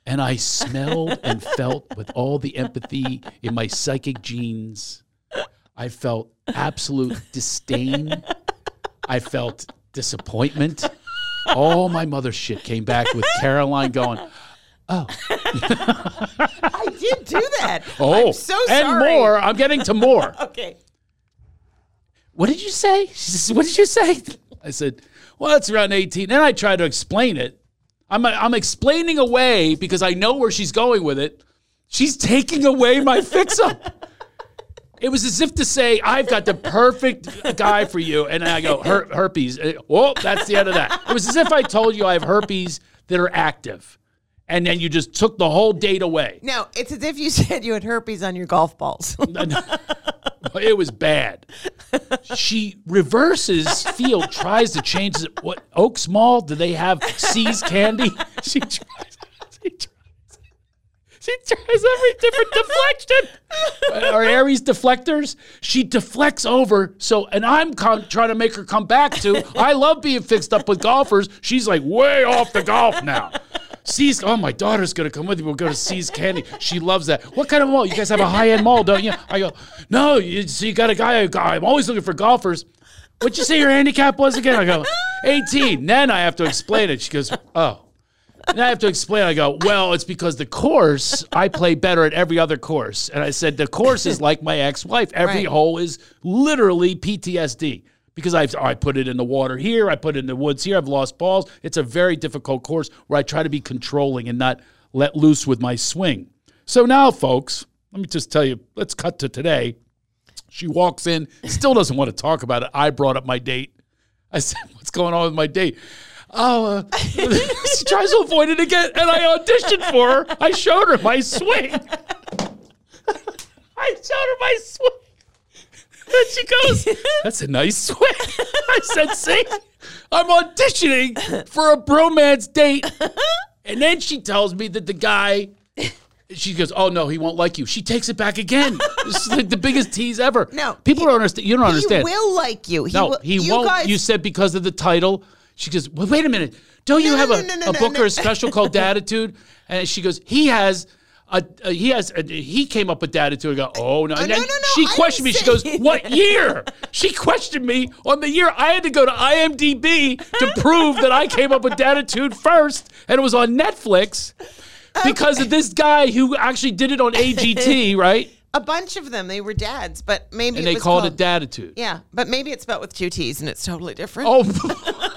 S1: And I smelled and felt with all the empathy in my psychic genes. I felt absolute disdain. I felt disappointment. All my mother shit came back with Caroline going,
S2: I
S1: (laughs)
S2: did do that.
S1: Oh,
S2: I'm so
S1: and
S2: sorry.
S1: more. I'm getting to more.
S2: Okay.
S1: what did you say? She says, What did you say? I said, Well, it's around 18. Then I tried to explain it. I'm I'm explaining away because I know where she's going with it. She's taking away my fix up. It was as if to say, I've got the perfect guy for you. And I go, Her- herpes. Uh, Well, that's the end of that. It was as if I told you I have herpes that are active. And then you just took the whole date away.
S2: No, it's as if you (laughs) said you had herpes on your golf balls.
S1: (laughs) it was bad. She reverses field, tries to change it. What Oaks Mall? Do they have C's candy? (laughs) She tries. She tries. She tries every different (laughs) deflection. Or Aries deflectors. She deflects over. So, and I'm con- trying to make her come back to. I love being fixed up with golfers. She's like way off the golf now. C's. Oh, my daughter's gonna come with you. We'll go to C's Candy. She loves that. What kind of mall? You guys have a high end mall, don't you? I go. No. You, so you got a guy. I go, I'm always looking for golfers. What'd you say your handicap was again? I go, 18. Then I have to explain it. She goes, oh. And I have to explain. I go, well, it's because the course I play better at every other course. And I said the course is like my ex-wife. Every
S2: Right.
S1: hole is literally PTSD because I've I put it in the water here, I put it in the woods here. I've lost balls. It's a very difficult course where I try to be controlling and not let loose with my swing. So now, folks, let me just tell you. Let's cut to today. She walks in, still doesn't want to talk about it. I brought up my date. I said, "What's going on with my date?" Oh, uh, (laughs) she tries to avoid it again, and I auditioned for her. I showed her my swing. I showed her my swing. And she goes, "That's a nice swing." I said, "See, I'm auditioning for a bromance date," and then she tells me that the guy. She goes, "Oh no, he won't like you." She takes it back again. This is like the biggest tease ever.
S2: No,
S1: people don't understand. You don't
S2: he
S1: understand.
S2: will like you. He
S1: No,
S2: will,
S1: he
S2: you
S1: won't.
S2: Guys,
S1: you said because of the title. She goes, well, wait a minute. Don't you
S2: No,
S1: have
S2: no,
S1: a,
S2: no, no,
S1: a
S2: no,
S1: book
S2: no.
S1: or a special called Datitude? And she goes, he has. A, a- he has a, he came up with Datitude. I go, oh no! And
S2: Uh, no,
S1: then
S2: no, no, I
S1: she
S2: didn't
S1: questioned me. She
S2: say- (laughs)
S1: goes, what year? She questioned me on the year. I had to go to IMDb to prove that I came up with Datitude first, and it was on Netflix because of this guy who actually did it on AGT,
S2: (laughs)
S1: right?
S2: a bunch of them. They were dads, but maybe
S1: And
S2: it
S1: they
S2: was
S1: called,
S2: called
S1: it Datitude.
S2: Yeah, but maybe it's spelled with two T's and it's totally different.
S1: Oh. (laughs)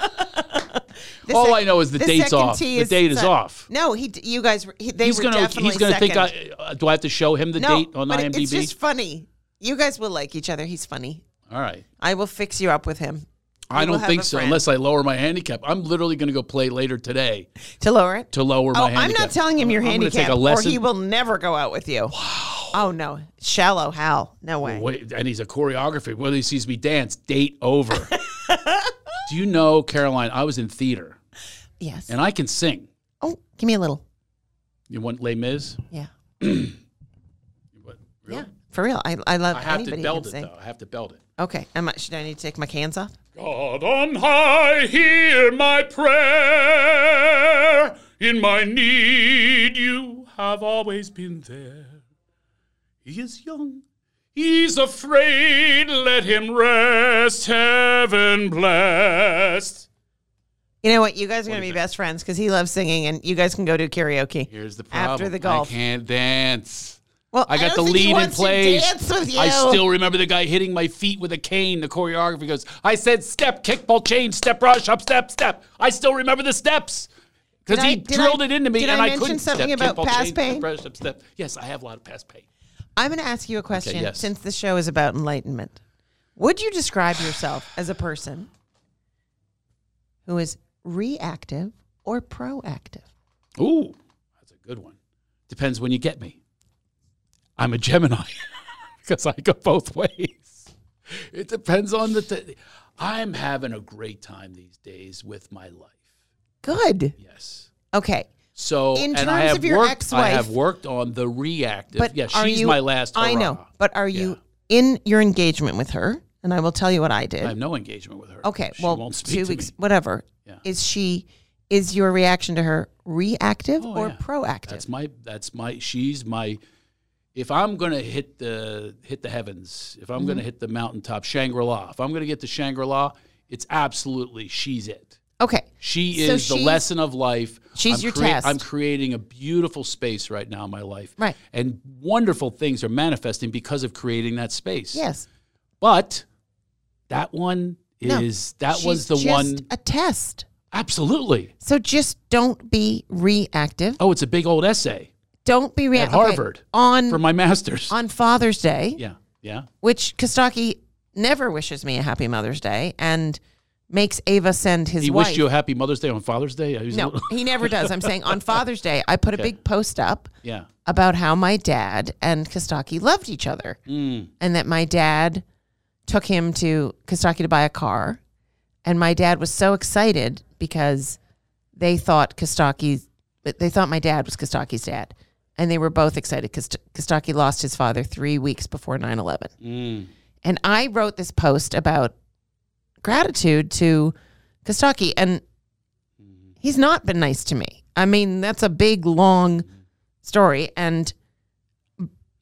S2: The
S1: all
S2: sec-
S1: I know is the date's
S2: second
S1: off.
S2: T
S1: The date is
S2: se-
S1: off.
S2: No, he. d- You guys. were- He, they
S1: he's
S2: were
S1: gonna
S2: definitely
S1: he's gonna
S2: second.
S1: think I, uh, do I have to show him the
S2: no,
S1: date on
S2: but it-
S1: IMDb?
S2: It's just funny. You guys will like each other. He's funny.
S1: All right.
S2: I will fix you up with him.
S1: I
S2: will
S1: don't
S2: have
S1: think
S2: a
S1: so
S2: friend.
S1: unless I lower my handicap. I'm literally going to go play later today
S2: To lower it.
S1: to lower
S2: oh,
S1: my
S2: I'm
S1: handicap.
S2: not telling him your
S1: I'm gonna
S2: handicap,
S1: take a lesson.
S2: or he will never go out with you. Wow. Oh no, shallow Hal. No way.
S1: Wait, and he's a choreographer. Whether he sees me dance, date over.
S2: (laughs)
S1: do you know, Caroline, I was in theater
S2: Yes.
S1: and I can sing.
S2: oh, give me a little.
S1: You want Les Mis?
S2: Yeah.
S1: What,
S2: Yeah. For real. I, I love
S1: I have to
S2: anybody who
S1: belt
S2: can
S1: it,
S2: sing.
S1: though. I have to belt it.
S2: Okay. Am I, should I need to take my cans off?
S1: God on high, hear my prayer. In my need, you have always been there. He is young, he's afraid, let him rest, heaven blessed.
S2: You know what? You guys are going to be best friends because he loves singing, and you guys can go do karaoke.
S1: Here's the problem.
S2: After the golf.
S1: I can't dance.
S2: Well,
S1: I got
S2: don't
S1: the
S2: think he
S1: lead in
S2: wants to
S1: place.
S2: dance with
S1: I
S2: you.
S1: still remember the guy hitting my feet with a cane. The choreographer goes, I said step, kickball, change, step, rush, up, step, step. I still remember the steps. Because
S2: Did I-
S1: he
S2: did I-
S1: drilled it into me
S2: did
S1: and
S2: I
S1: I,
S2: mention
S1: couldn't
S2: something
S1: step,
S2: about
S1: kickball,
S2: past
S1: change,
S2: pain?
S1: Step, rush, up, step. Yes, I have a lot of past pain.
S2: I'm going to ask you a question
S1: yes.
S2: since the show is about enlightenment. Would you describe yourself as a person who is reactive or proactive?
S1: Ooh, that's a good one. Depends when you get me. I'm a Gemini (laughs) because I go both ways. It depends on the. Th- I'm having a great time these days with my life.
S2: Good.
S1: Yes.
S2: Okay.
S1: So
S2: In
S1: and
S2: terms
S1: I have
S2: of your
S1: worked, I
S2: ex-wife-
S1: have worked on the reactive.
S2: But
S1: yeah,
S2: are
S1: she's
S2: you-
S1: my last.
S2: I know.
S1: hurrah.
S2: But are
S1: Yeah.
S2: you in your engagement with her? And I will tell you what I did.
S1: I have no engagement with her.
S2: Okay,
S1: She
S2: well,
S1: won't speak
S2: two
S1: to
S2: weeks,
S1: me.
S2: whatever.
S1: Yeah.
S2: Is she? Is your reaction to her reactive
S1: Oh,
S2: or
S1: yeah.
S2: proactive?
S1: That's my. That's my. She's my. If I'm gonna hit the hit the heavens, if I'm
S2: Mm-hmm.
S1: gonna hit the mountaintop, Shangri La. If I'm gonna get to Shangri La, it's absolutely she's it.
S2: okay.
S1: She
S2: So
S1: is the
S2: she's-
S1: lesson of life.
S2: she's
S1: I'm
S2: your test.
S1: I'm creating a beautiful space right now in my life.
S2: Right.
S1: And wonderful things are manifesting because of creating that space.
S2: Yes.
S1: But that one
S2: No,
S1: is that was
S2: She's
S1: the
S2: just
S1: one
S2: A test.
S1: Absolutely.
S2: So just don't be reactive.
S1: Oh, it's a big old essay
S2: Don't be
S1: at
S2: reactive.
S1: Harvard
S2: on
S1: for my master's.
S2: on Father's Day,
S1: yeah, yeah.
S2: which Kostaki never wishes me a happy Mother's Day and makes Ava send his
S1: He
S2: wife.
S1: wished you a happy Mother's Day on Father's Day. He was a
S2: no,
S1: little-
S2: he never does. I'm saying on Father's Day, I put a big post up
S1: yeah.
S2: about how my dad and Kostaki loved each other
S1: Mm.
S2: and that my dad took him to Kostaki to buy a car. And my dad was so excited because they thought Kostaki, they thought my dad was Kostaki's dad. And they were both excited because Kostaki lost his father three weeks before 9 11.
S1: Mm.
S2: And I wrote this post about gratitude to Kostaki, and
S1: Mm.
S2: he's not been nice to me. I mean, that's a big, long story. And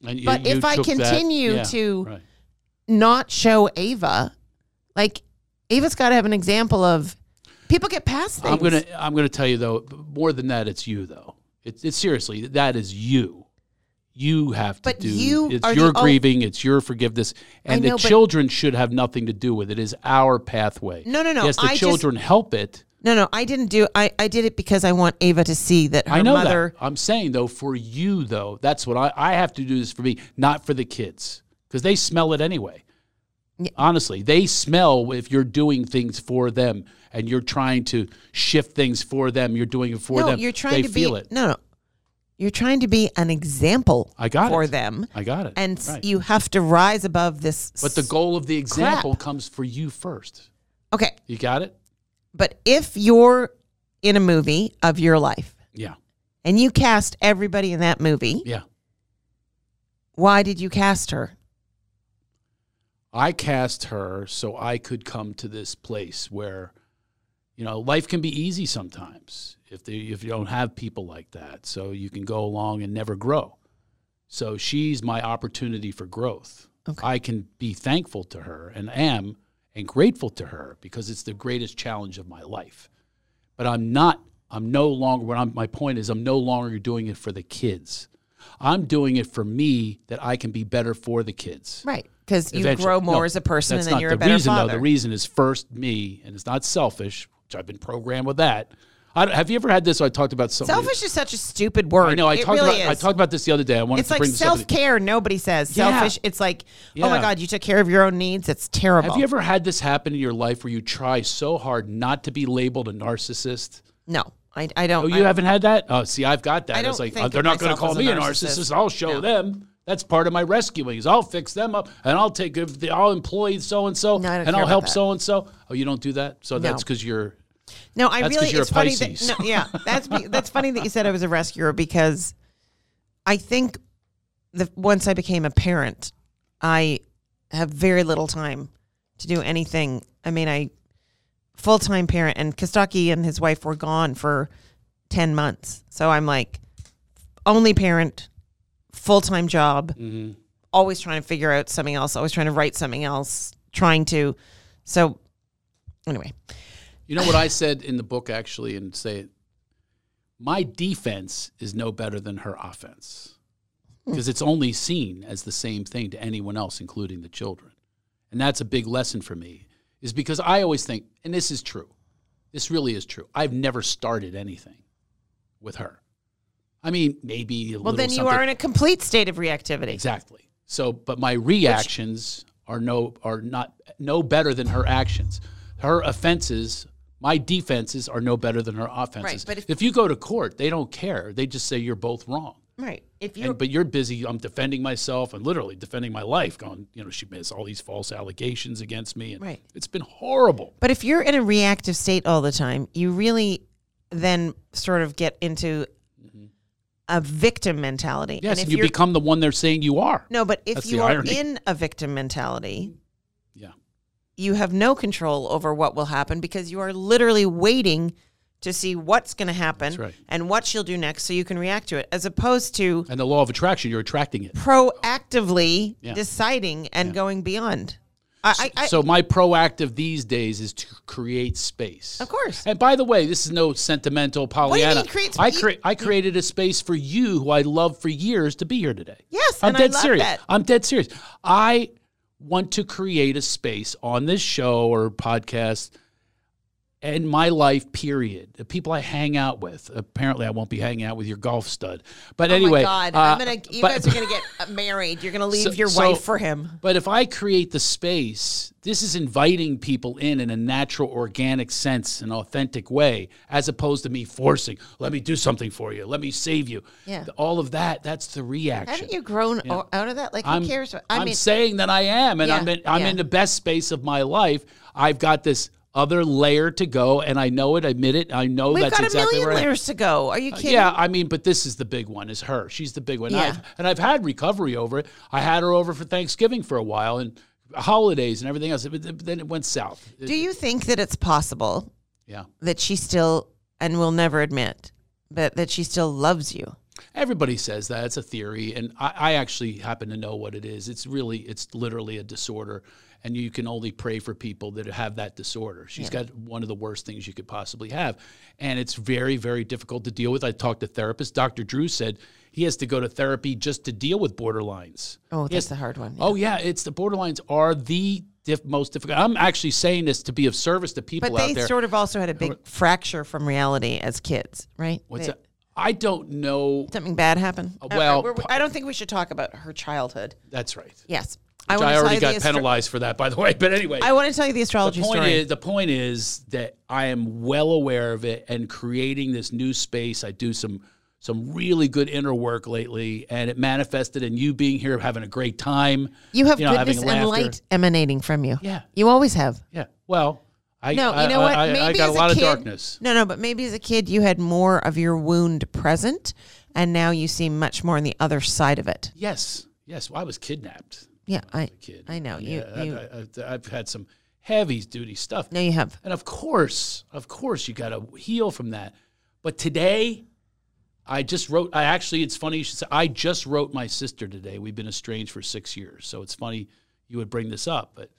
S1: And you-
S2: But
S1: you
S2: if I
S1: took that-
S2: continue
S1: yeah,
S2: to-
S1: right.
S2: not show Ava, like, Ava's got to have an example of people get past things.
S1: I'm gonna I'm gonna tell you though. More than that, it's you though. It's it's seriously that is you. You have to
S2: But
S1: do.
S2: you
S1: it's
S2: are
S1: your
S2: the o-
S1: grieving. it's your forgiveness, and
S2: know,
S1: the
S2: but-
S1: children should have nothing to do with it. It is our pathway.
S2: No, no, no,
S1: Yes, the
S2: I just-
S1: children help it.
S2: No, no, I didn't do. I I did it because I want Ava to see that her
S1: I know
S2: mother.
S1: that. I'm saying though, for you though, that's what I, I have to do this for me, not for the kids, because they smell it anyway. Honestly, they smell if you're doing things for them and you're trying to shift things for them. You're doing it for
S2: no,
S1: them.
S2: you're trying
S1: they
S2: to
S1: feel
S2: be.
S1: it.
S2: No, no, you're trying to be an example.
S1: I got
S2: for
S1: it.
S2: them,
S1: I got it.
S2: and s
S1: Right.
S2: you have to rise above this.
S1: but the
S2: s-
S1: goal of the example comes for you first.
S2: okay,
S1: You got it?
S2: but if you're in a movie of your life
S1: Yeah.
S2: and you cast everybody in that movie,
S1: Yeah.
S2: why did you cast her?
S1: I cast her so I could come to this place where, you know, life can be easy sometimes if they, if you don't have people like that. So you can go along and never grow. So she's my opportunity for growth.
S2: Okay.
S1: I can be thankful to her and am and grateful to her because it's the greatest challenge of my life. But I'm not. I'm no longer. What I'm, my point is, I'm no longer doing it for the kids. I'm doing it for me that I can be better for the kids
S2: Right, because you
S1: eventually.
S2: grow more
S1: No,
S2: as a person, and
S1: that's
S2: then
S1: not
S2: you're
S1: the
S2: a better
S1: reason,
S2: father.
S1: Though. The reason is first me, and it's not selfish, which I've been programmed with that. I, don't- have you ever had this? I talked about something.
S2: Selfish is such a stupid word.
S1: I know. I
S2: it
S1: talked
S2: really
S1: about. I
S2: is.
S1: talked about this the other day. I wanted
S2: It's
S1: to
S2: like
S1: bring this up.
S2: self care. Nobody says
S1: Yeah.
S2: selfish. It's like, oh my
S1: Yeah.
S2: god, you took care of your own needs. It's terrible.
S1: Have you ever had this happen in your life where you try so hard not to be labeled a narcissist?
S2: No, I, I don't.
S1: Oh, you
S2: I-
S1: haven't had that? Oh, see, I've got that.
S2: I
S1: I, was
S2: don't
S1: like,
S2: think
S1: oh, they're
S2: of
S1: not going to
S2: myself
S1: call
S2: as a
S1: me a
S2: narcissist.
S1: narcissist. I'll show
S2: No.
S1: them. That's part of my rescuing. Is I'll fix them up and I'll take. good- I'll employ so and so
S2: No, I don't
S1: and
S2: care
S1: I'll
S2: about
S1: help
S2: that.
S1: so and so. Oh, you don't do that. So
S2: No.
S1: that's because you're.
S2: no, I
S1: That's 'cause
S2: really.
S1: you're a
S2: it's funny
S1: Pisces.
S2: that.
S1: (laughs)
S2: No, yeah, that's be- that's funny that you said I was a rescuer because I think the once I became a parent, I have very little time to do anything. I mean, I full time parent, and Kostaki and his wife were gone for ten months, so I'm like only parent, full time job.
S1: Mhm.
S2: always trying to figure out something else, always trying to write something else, trying to. So, anyway,
S1: You know what I said in the book actually, and say it. My defense is no better than her offense
S2: Hmm.
S1: because it's only seen as the same thing to anyone else, including the children. And that's a big lesson for me, is because I always think, and this is true, this really is true. I've never started anything with her. I mean, maybe a
S2: well,
S1: little
S2: then you
S1: something-
S2: are in a complete state of reactivity.
S1: Exactly. So, but my reactions are no are not no better than her actions. Her offenses, my defenses are no better than her offenses.
S2: but if-
S1: you go to court, they don't care. They just say you're both wrong.
S2: Right. If you
S1: And, but you're busy. I'm defending myself and literally defending my life. Going, you know, she has all these false allegations against me, and
S2: Right.
S1: it's been horrible.
S2: but if you're in a reactive state all the time, you really then sort of get into a victim mentality.
S1: Mm-hmm. Yes,
S2: if
S1: and you
S2: you're-
S1: become the one they're saying you are.
S2: no, but if
S1: That's
S2: you
S1: the
S2: are
S1: irony.
S2: in a victim mentality,
S1: Yeah.
S2: you have no control over what will happen because you are literally waiting to see what's going to happen
S1: right.
S2: and what she'll do next so you can react to it as opposed to
S1: And the law of attraction, you're attracting it.
S2: proactively
S1: Yeah.
S2: deciding and going beyond. I, I, I
S1: so my proactive these days is to create space.
S2: Of course.
S1: And by the way, this is no sentimental
S2: do you
S1: Pollyanna.
S2: mean create e-
S1: I
S2: sp-
S1: cre- I created a space for you who I love for years to be here today.
S2: Yes,
S1: I'm
S2: and I
S1: dead
S2: love
S1: serious.
S2: that. Oh
S1: I'm dead serious. I want to create a space on this show or podcast in my life, period. The people I hang out with. Apparently, I won't be hanging out with your golf stud. But
S2: Oh
S1: anyway,
S2: my God,
S1: uh,
S2: I'm gonna. You
S1: but-
S2: guys are gonna get (laughs) married. You're gonna leave
S1: So-
S2: your
S1: so-
S2: wife for him.
S1: But if I create the space, this is inviting people in in a natural, organic sense, an authentic way, as opposed to me forcing, let me do something for you, let me save you.
S2: Yeah.
S1: All of that, that's the reaction.
S2: Haven't you grown o- out of that? Like,
S1: I'm,
S2: who cares? what- I
S1: am
S2: mean,
S1: saying that I am, and
S2: Yeah,
S1: I'm, in, I'm
S2: yeah.
S1: in the best space of my life. I've got this other layer to go, and I know it, admit it. I know
S2: we've
S1: that's
S2: got
S1: exactly
S2: a
S1: where I
S2: million
S1: am.
S2: layers to go. Are you kidding?
S1: Yeah, I mean, but this is the big one. Is her? She's the big one.
S2: Yeah.
S1: I've, and I've had recovery over it. I had her over for Thanksgiving for a while and holidays and everything else. But th- then it went south. It-
S2: Do you think that it's possible
S1: yeah,
S2: that she still and will never admit, but that she still loves you?
S1: everybody says that. It's a theory, and I, I actually happen to know what it is. It's really, it's literally a disorder, and you can only pray for people that have that disorder. She's got one of the worst things you could possibly have, and it's very, very difficult to deal with. I talked to therapists. Dr. Drew said he has to go to therapy just to deal with borderlines.
S2: Oh, that's
S1: Yes.
S2: the hard one.
S1: Oh yeah, it's the borderlines are the diff- most difficult. I'm actually saying this to be of service to people
S2: but
S1: out
S2: they
S1: there.
S2: sort of also had a big fracture from reality as kids, right?
S1: What's
S2: They-
S1: that? I don't know.
S2: Something bad happened. Uh,
S1: well,
S2: we're- I don't think we should talk about her childhood.
S1: That's right.
S2: Yes,
S1: Which
S2: wanna
S1: I,
S2: tell
S1: already
S2: you the
S1: got
S2: astro-
S1: penalized for that, by the way. But anyway,
S2: I want to tell you the astrology
S1: the point
S2: story.
S1: is the point is that I am well aware of it and creating this new space. I do some some really good inner work lately, and it manifested in you being here, having a great time.
S2: you have
S1: know, having
S2: goodness and
S1: laughter.
S2: light emanating from you.
S1: Yeah.
S2: you always have.
S1: Yeah. Well, I
S2: No,
S1: I,
S2: you know what?
S1: I, I, I got a
S2: as
S1: lot
S2: kid-
S1: of darkness.
S2: No, no, but maybe as a kid you had more of your wound present, and now you see much more on the other side of it.
S1: Yes. Yes. Well, I was kidnapped.
S2: Yeah, I,
S1: kid.
S2: I know you.
S1: Yeah,
S2: you
S1: I, I, I, I've had some heavy duty stuff.
S2: no, you have.
S1: And of course, of course, you got to heal from that. But today, I just wrote, I actually, it's funny you should say, I just wrote my sister today. We've been estranged for six years. So it's funny you would bring this up, but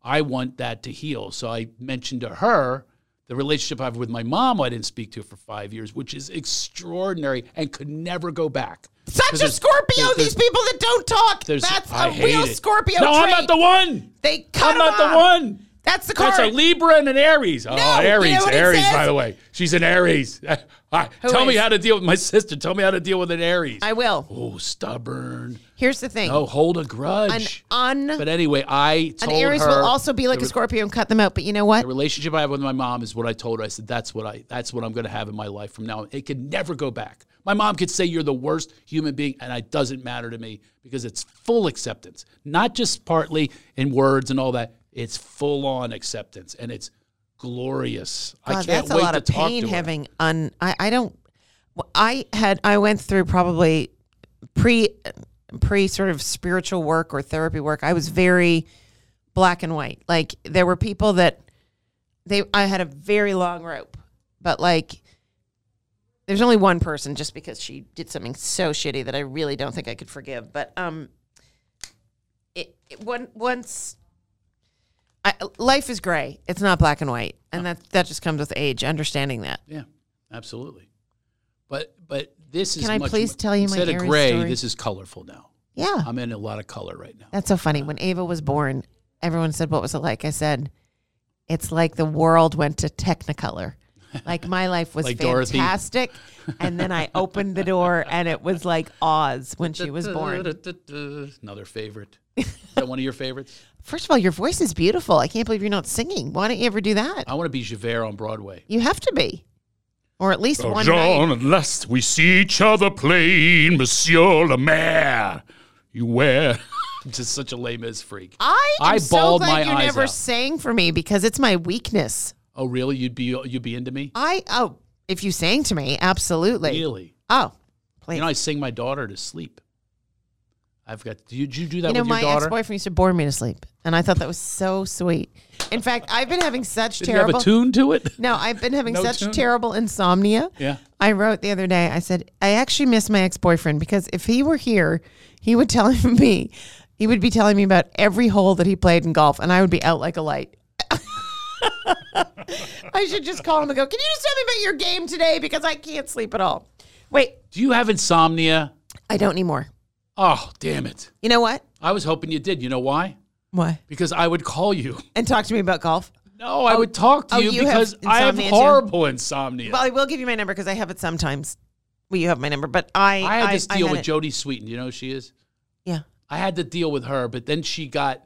S1: I want that to heal. So I mentioned to her the relationship I have with my mom, who I didn't speak to for five years, which is extraordinary and could never go back.
S2: Such a
S1: there's-
S2: Scorpio.
S1: there's-
S2: These people that don't talk.
S1: There's-
S2: That's
S1: I
S2: a
S1: hate
S2: real
S1: it.
S2: Scorpio
S1: No, I'm
S2: trait.
S1: not the one.
S2: They cut
S1: I'm not
S2: 'em
S1: the
S2: off.
S1: one.
S2: That's the card.
S1: That's a Libra and an Aries.
S2: No,
S1: oh,
S2: you know
S1: Aries,
S2: what it
S1: Aries.
S2: says?
S1: By the way, she's an Aries. (laughs) All right, tell me
S2: is?
S1: how to deal with my sister. Tell me how to deal with an Aries.
S2: I will.
S1: oh, stubborn.
S2: Here's the thing.
S1: Oh, hold a
S2: an
S1: grudge.
S2: un
S1: but anyway, I
S2: an
S1: told
S2: Aries
S1: her
S2: will also be like a Scorpio and cut them out. But you know what?
S1: the relationship I have with my mom is what I told her. I said that's what I that's what I'm going to have in my life from now. on. It could never go back. My mom could say you're the worst human being, and it doesn't matter to me because it's full acceptance, not just partly in words and all that. It's full on acceptance, and it's glorious. I
S2: God,
S1: can't
S2: that's a
S1: wait
S2: lot
S1: to
S2: of
S1: talk
S2: pain
S1: to her.
S2: having un. I, I don't. I had. I went through probably pre pre sort of spiritual work or therapy work. I was very black and white. Like there were people that they. I had a very long rope, but like. There's only one person just because she did something so shitty that I really don't think I could forgive. But um, it, it one, once I, life is gray. It's not black and white, and that that just comes with age. Understanding that.
S1: Yeah, absolutely. But but this is
S2: Can I
S1: much
S2: please
S1: more-
S2: tell you my
S1: instead of
S2: Aries
S1: gray,
S2: story?
S1: this is colorful now.
S2: Yeah,
S1: I'm in a lot of color right now.
S2: that's so funny. When Ava was born, everyone said, "What was it like?" I said, "It's like the world went to Technicolor." Like my life
S1: (laughs)
S2: was
S1: Like Dorothy.
S2: fantastic, and then I opened the door, and it was like Oz when she was born.
S1: (laughs) Another favorite. Is that one of your favorites?
S2: First of all, your voice is beautiful. I can't believe you're not singing. Why don't you ever do that?
S1: I want to be Javert on Broadway. (laughs)
S2: You have to be, or at
S1: Oh,
S2: least one night.
S4: Jean, at last we see each other plain, Monsieur le Maire. You wear.
S1: just such a lame as freak.
S2: I am
S1: I
S2: so
S1: bawled
S2: glad
S1: my
S2: you
S1: eyes
S2: never
S1: out.
S2: sang for me because it's my weakness.
S1: oh, really? You'd be you'd be into me?
S2: I oh, if you sang to me, absolutely.
S1: Really?
S2: Oh, please.
S1: You know, I sing my daughter to sleep. I've got. Did you, did you do that
S2: You know,
S1: with your
S2: my
S1: daughter?
S2: ex-boyfriend used to bore me to sleep, and I thought that was so sweet. In fact, I've been having such
S1: Did you
S2: terrible.
S1: have a tune to it? (laughs)
S2: no, I've been having
S1: No
S2: such
S1: tune?
S2: terrible insomnia.
S1: Yeah.
S2: I wrote the other day. I said I actually miss my ex-boyfriend because if he were here, he would tell (laughs) me, he would be telling me about every hole that he played in golf, and I would be out like a light. (laughs) I should just call him and go. Can you just tell me about your game today because I can't sleep at all. Wait,
S1: Do you have insomnia?
S2: I don't need more.
S1: Oh, damn it!
S2: You know what?
S1: I was hoping you did. You know why?
S2: Why?
S1: Because I would call you. (laughs)
S2: And talk to me about golf.
S1: No, I would talk to
S2: oh,
S1: you,
S2: you
S1: because
S2: have
S1: I have
S2: insomnia too?
S1: horrible insomnia.
S2: Well, I will give you my number because I have it sometimes. Well, you have my number, but I
S1: I had this deal
S2: had
S1: with
S2: it.
S1: Jody Sweeten. You know who she is?
S2: Yeah,
S1: I had to deal with her, but then she got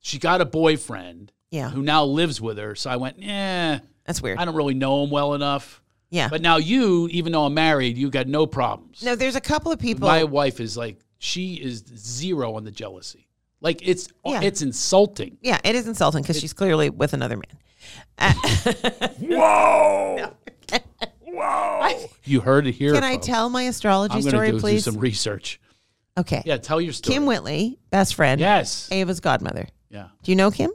S1: she got a boyfriend
S2: yeah,
S1: who now lives with her. So I went, "Eh, yeah,
S2: that's weird.
S1: I don't really know him well enough.
S2: Yeah,
S1: But now you, even though I'm married, you got no problems.
S2: no, there's a couple of people.
S1: My wife is like, she is zero on the jealousy. Like it's
S2: Yeah.
S1: it's insulting.
S2: yeah, it is insulting because she's clearly with another man. Uh, (laughs)
S4: Whoa!
S1: You heard it here.
S2: Can I
S1: folks.
S2: tell my astrology
S1: I'm gonna
S2: story,
S1: do, do
S2: please?
S1: some research.
S2: okay.
S1: Yeah, tell your story.
S2: Kim Whitley, best friend.
S1: yes.
S2: Ava's godmother.
S1: Yeah.
S2: Do you know Kim?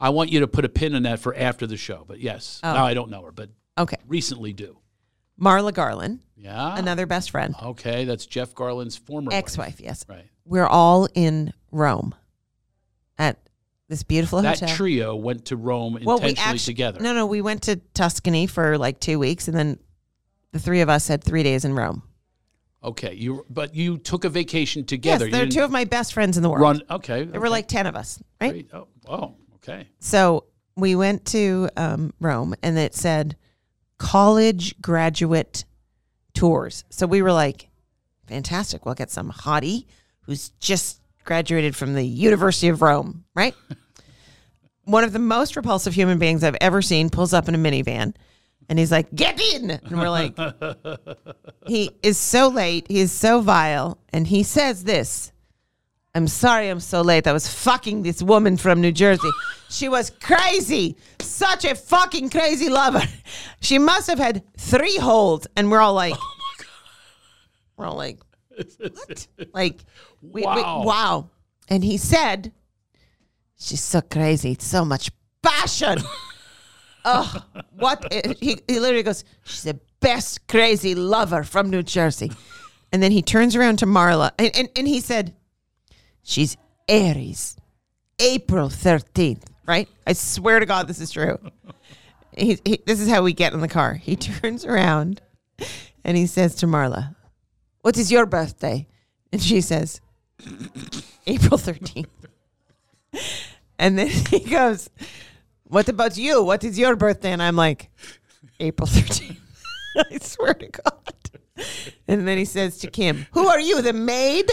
S1: I want you to put a pin in that for after the show. But yes,
S2: Oh.
S1: now I don't know her, but
S2: Okay.
S1: recently do.
S2: Marla Garland,
S1: Yeah.
S2: another best friend,
S1: Okay, that's Jeff Garland's former
S2: ex
S1: wife.
S2: wife, yes.
S1: Right.
S2: We're all in Rome at this beautiful
S1: That
S2: hotel.
S1: trio went to Rome intentionally together.
S2: No, no, we went to Tuscany for like two weeks, and then the three of us had three days in Rome.
S1: Okay, you but you took a vacation together.
S2: yes, they're
S1: you
S2: two of my best friends in the world.
S1: run. Okay,
S2: There were like ten of us, right?
S1: great. Oh, oh, okay.
S2: So we went to um, Rome, and it said college graduate tours. So we were like, fantastic. We'll get some hottie who's just graduated from the University of Rome, right? (laughs) One of the most repulsive human beings I've ever seen pulls up in a minivan and he's like, get in. And we're like, he is so late. He is so vile. And he says this I'm sorry I'm so late. I was fucking this woman from New Jersey. She was crazy. Such a fucking crazy lover. (laughs) She must have had three holds. And we're all like, we're all like, what? like, we, we-
S1: Wow.
S2: wow. And he said, she's so crazy. So much passion. oh, what? a- He, he literally goes, she's the best crazy lover from New Jersey. And then he turns around to Marla and, and, and he said, She's Aries, April 13th, right? I swear to God, this is true. He, he, this is how we get in the car. He (laughs) turns around and he says to Marla, What is your birthday? And she says, (laughs) April 13th. And then (laughs) he goes, What about you? What is your birthday? And I'm like, April 13th. (laughs) I swear to God. And then he says to Kim, Who are you, the maid?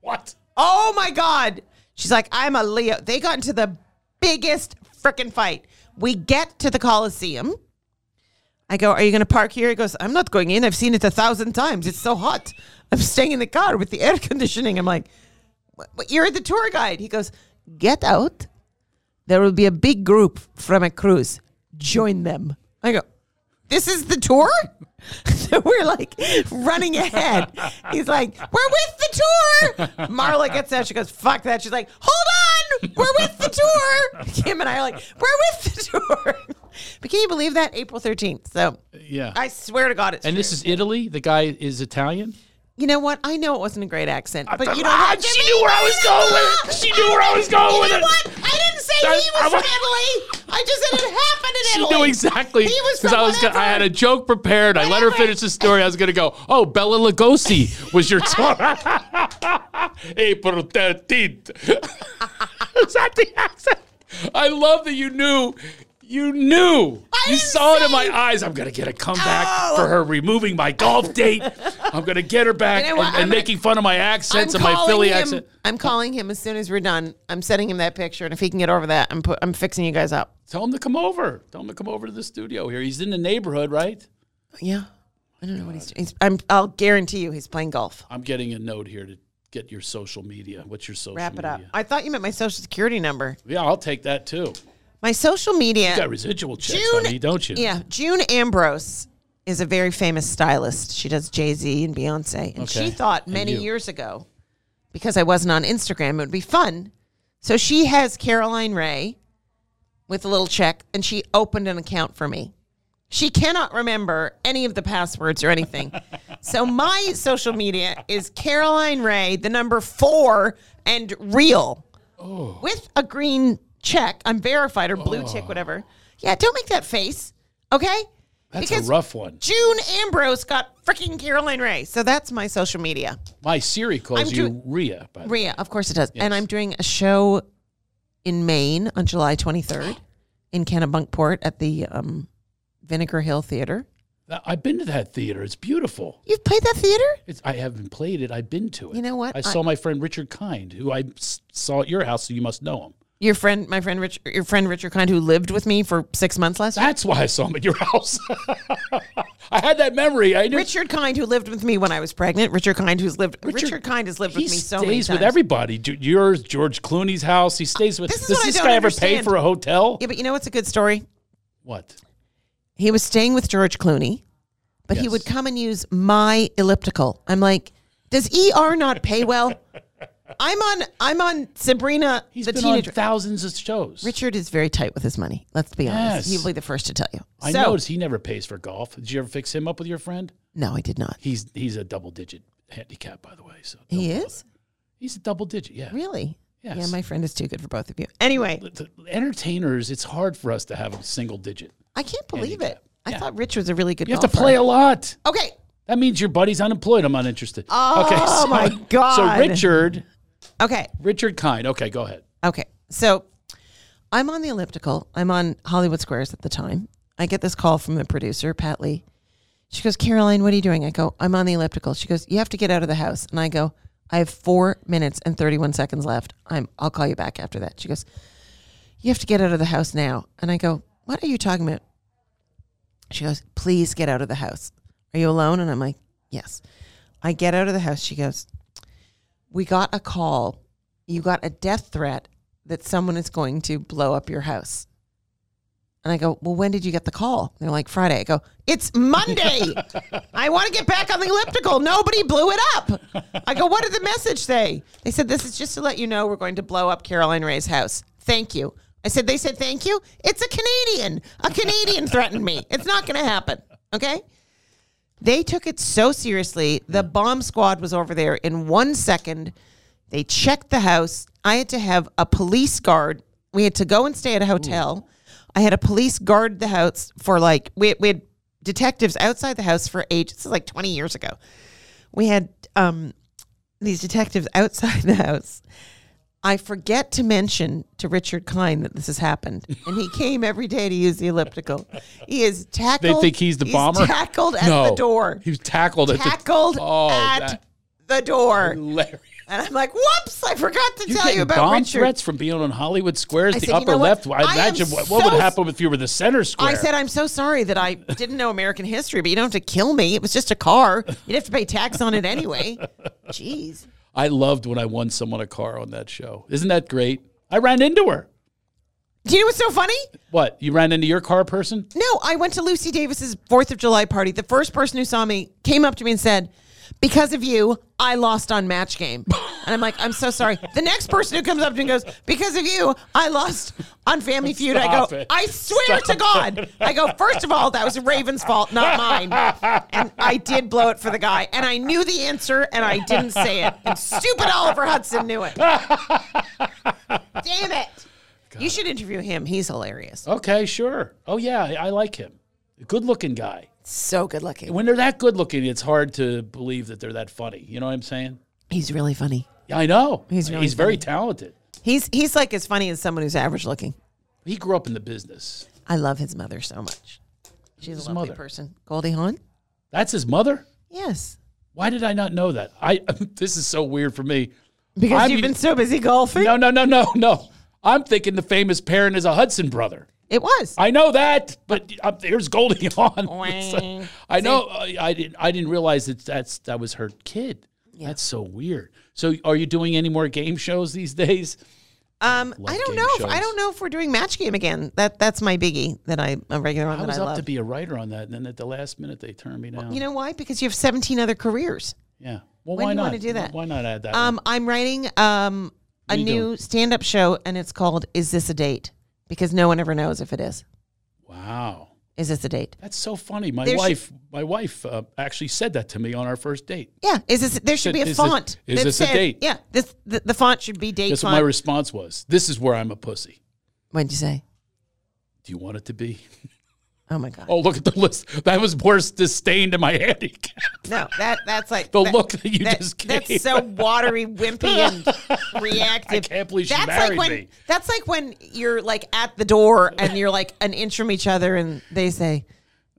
S1: What?
S2: Oh my God. She's like, I'm a Leo. They got into the biggest freaking fight. We get to the Coliseum. I go, Are you going to park here? He goes, I'm not going in. I've seen it a thousand times. It's so hot. I'm staying in the car with the air conditioning. I'm like, "What- what- You're the tour guide. He goes, Get out. There will be a big group from a cruise. Join them. I go, This is the tour? (laughs) so we're like running ahead. He's like, We're with the tour. Marla gets out. She goes, Fuck that. She's like, Hold on. We're with the tour. (laughs) Kim and I are like, We're with the tour. (laughs) but can you believe that? April 13th. So
S1: Yeah.
S2: I swear to God, it's
S1: and
S2: true.
S1: this is Italy. The guy is Italian.
S2: You know what? I know it wasn't a great accent, but you don't
S4: Ah,
S2: have to
S4: she
S2: be
S4: knew where I was
S2: right
S4: going with
S2: about
S4: it. She knew where I was going
S2: you
S4: with
S2: know
S4: it.
S2: What? I didn't say
S4: That-
S2: he
S4: I
S2: was from
S4: wa-
S2: Italy. I just said it happened in
S1: She
S2: Italy.
S1: knew exactly
S2: He was
S1: because
S2: from
S1: I was. Gonna, I had a
S2: whatever.
S1: joke prepared. I let her
S2: Whatever.
S1: finish the story. I was going to go. Oh, Bella Lugosi was your
S2: (laughs)
S1: tour. April thirteenth. (laughs) Is that the accent? I love that you knew. You knew.
S2: I
S1: you
S2: didn't
S1: saw it in
S2: say-
S1: my eyes. I'm going to get a comeback
S2: Oh.
S1: for her removing my golf date. I'm going to get her back
S2: You know what?
S1: and, and
S2: I'm gonna-
S1: making fun of my accents and my
S2: calling
S1: Philly
S2: him,
S1: accent.
S2: I'm calling him as soon as we're done. I'm sending him that picture, and if he can get over that, I'm put, I'm fixing you guys up.
S1: Tell him to come over. Tell him to come over to the studio here. He's in the neighborhood, right?
S2: Yeah, I don't know what he's doing. He's, I'm, I'll guarantee you, he's playing golf.
S1: I'm getting a note here to get your social media. What's your social
S2: Wrap it
S1: media?
S2: up. I thought you meant my social security number.
S1: Yeah, I'll take that too.
S2: My social media.
S1: You got residual checks
S2: June-
S1: on me, don't you?
S2: Yeah, June Ambrose is a very famous stylist. She does Jay Z and Beyonce, and
S1: Okay,
S2: she thought
S1: and
S2: many
S1: you.
S2: years ago, because I wasn't on Instagram, it would be fun. So she has Caroline Ray with a little check, and she opened an account for me. She cannot remember any of the passwords
S1: (laughs)
S2: or anything. so my social media is Caroline Ray, the number four, and real.
S1: Oh.
S2: With a green check. I'm verified or blue tick, whatever. Yeah, don't make that face. Okay?
S1: That's
S2: because
S1: a rough one.
S2: June Ambrose got freaking Caroline Ray. So that's my social media.
S1: My Siri calls
S2: I'm
S1: you
S2: doing-
S1: Ria. By the way.
S2: (gasps) Rhea, of course it does. And I'm doing a show in Maine on July 23rd in Kennebunkport at the um, Vinegar Hill Theater.
S1: That- I've been to that theater. It's beautiful.
S2: You've played that theater?
S1: It's, I haven't played it. I've been to it.
S2: You know what?
S1: I,
S2: I-
S1: saw my friend Richard Kind, who I s- saw at your house, so you must know him.
S2: Your friend, my friend, Rich, your friend Richard Kind, who lived with me for six months last year.
S1: That's why I saw him at your (laughs) house. I had that memory. I knew
S2: Richard Kind, who lived with me when I was pregnant. Richard Kind, who's lived. Richard, Kind has lived
S1: he
S2: with me
S1: stays
S2: so many times.
S1: with everybody. Ju- Yours, George Clooney's house. He stays with.
S2: This is
S1: does
S2: what I
S1: this
S2: don't
S1: guy ever pay
S2: understand.
S1: for a hotel?
S2: Yeah, but you know what's a good story?
S1: What?
S2: He was staying with George Clooney, but he
S1: Yes.
S2: would come and use my elliptical. I'm like, does ER not pay well? (laughs) I'm on. I'm on Sabrina,
S1: He's
S2: the
S1: been
S2: teenager.
S1: on thousands of shows.
S2: Richard is very tight with his money. Let's be honest.
S1: Yes.
S2: He'll be the first to tell you.
S1: I
S2: so,
S1: noticed he never pays for golf. Did you ever fix him up with your friend?
S2: No, I did not.
S1: He's he's a double digit handicap, by the way. So
S2: He is
S1: he's a double digit. Yeah.
S2: really. Yeah,
S1: Yes.
S2: my friend is too good for both of you. Anyway,
S1: The- the Entertainers, it's hard for us to have a single digit.
S2: I can't believe it.
S1: handicap.
S2: I
S1: Yeah.
S2: thought Rich was a really good.
S1: You have to
S2: golfer.
S1: play a lot.
S2: Okay,
S1: That means your buddy's unemployed. I'm not interested.
S2: Oh,
S1: so-
S2: my God.
S1: So Richard,
S2: okay,
S1: Richard Kind. Okay, go ahead.
S2: okay. So, I'm on the elliptical. I'm on Hollywood Squares at the time. I get this call from the producer, Pat Lee. She goes, Caroline, what are you doing? I go, I'm on the elliptical. She goes, you have to get out of the house. And I go, I have four minutes and 31 seconds left. I'm, I'll call you back after that. She goes, you have to get out of the house now. And I go, what are you talking about? She goes, please get out of the house. Are you alone? And I'm like, yes. I get out of the house. She goes, we got a call. You got a death threat that someone is going to blow up your house. And I go, well, when did you get the call? And they're like, Friday. I go, it's Monday. I want to get back on the elliptical. Nobody blew it up. I go, what did the message say? They said, this is just to let you know we're going to blow up Caroline Ray's house. Thank you. I said, they said, thank you. It's a Canadian. A Canadian threatened me. It's not going to happen. Okay. They took it so seriously. The
S1: Mm.
S2: bomb squad was over there in one second. They checked the house. I had to have a police guard. We had to go and stay at a hotel. I had a police guard the house for like, we, we had detectives outside the house for ages. This is like 20 years ago. We had um, these detectives outside (laughs) the house. I forget to mention to Richard Klein that this has happened, and he came every day to use the elliptical. He is
S1: They
S2: tackled.
S1: think he's the bomber.
S2: Tackled at
S1: no,
S2: the door.
S1: He was tackled at
S2: tackled
S1: the Oh,
S2: at
S1: that-
S2: the door.
S1: hilarious.
S2: And I'm like, whoops, I forgot to
S1: You
S2: tell
S1: getting
S2: you about
S1: bomb
S2: Richard.
S1: threats from being on Hollywood Squares,
S2: I
S1: the
S2: said, you
S1: upper
S2: know
S1: left.
S2: what?
S1: I
S2: I am
S1: imagine what, what
S2: so-
S1: would happen if you were the center square.
S2: I said, I'm so sorry that I didn't know American history, but you don't have to kill me. It was just a car. You'd have to pay tax on
S1: (laughs)
S2: it anyway. Jeez.
S1: I loved when I won someone a car on that show. Isn't that great? I ran into her.
S2: Do you know what's so funny?
S1: What? You ran into your car person?
S2: No, I went to Lucy Davis's Fourth of July party. The first person who saw me came up to me and said, "Because of you, I lost on Match Game." And I'm like, "I'm so sorry." The next person who comes up to me and goes, "Because of you, I lost on Family Feud." I
S1: Stop
S2: go,
S1: it.
S2: "I swear to God!" I go, first of all, that was Raven's fault, not mine." And I did blow it for the guy, and I knew the answer, and I didn't say it. And stupid Oliver Hudson knew it. Damn it! You should interview him. He's hilarious.
S1: Okay, sure. Oh yeah, I, I like him. Good looking guy.
S2: So good looking.
S1: When they're that good looking, it's hard to believe that they're that funny. You know what I'm saying?
S2: He's really funny.
S1: Yeah, I know.
S2: He's really
S1: he's very talented.
S2: He's he's like as funny as someone who's average looking.
S1: He grew up in the business.
S2: I love his mother so much. She's
S1: His
S2: a lovely
S1: mother.
S2: person. Goldie Hawn?
S1: That's his mother.
S2: Yes.
S1: Why did I not know that? I (laughs) this is so weird for me.
S2: Because
S1: I'm-
S2: you've been so busy golfing.
S1: No, no, no, no, no. I'm thinking the famous parent is a Hudson brother.
S2: It was.
S1: I know that, but uh, here's Goldie (laughs) Hawn.
S2: Wang.
S1: I know. I, I didn't. I didn't realize that that's that was her kid. That's so weird. So, are you doing any more game shows these days?
S2: um
S1: Love
S2: I don't
S1: game
S2: know if I
S1: shows.
S2: don't know if we're doing match game again. That that's my biggie that I a regular one
S1: I
S2: that
S1: was
S2: I
S1: up
S2: love.
S1: to be a writer on that, and then at the last minute they turned me down.
S2: you know why? Because you have seventeen other careers.
S1: yeah. Well,
S2: when
S1: why
S2: do you
S1: not?
S2: wanna do that?
S1: Why not add that? one?
S2: Um I'm writing um a
S1: Oh. What are you
S2: new
S1: doing?
S2: stand up show and it's called Is This a Date? Because no one ever knows if it is.
S1: Wow,
S2: Is this a date?
S1: that's so funny. My
S2: There's-
S1: wife, my wife uh, actually said that to me on our first date.
S2: Yeah, is this there
S1: Said,
S2: should be a
S1: is this-
S2: font?
S1: is
S2: that
S1: this a
S2: says-
S1: date?
S2: Yeah, this the, the font should be date
S1: Guess what
S2: font.
S1: my response was? This is where I'm a pussy.
S2: What'd you say?
S1: Do you want it to be?
S2: Oh my god.
S1: Oh, look at the list. That was worse disdain to my (laughs) handicap.
S2: No, that that's like
S1: The look that you just gave.
S2: That's so watery, wimpy,
S1: (laughs)
S2: and reactive. I
S1: can't believe she
S2: that's
S1: married
S2: like when,
S1: me.
S2: That's like when you're like at the door and you're like an inch from each other, and they say,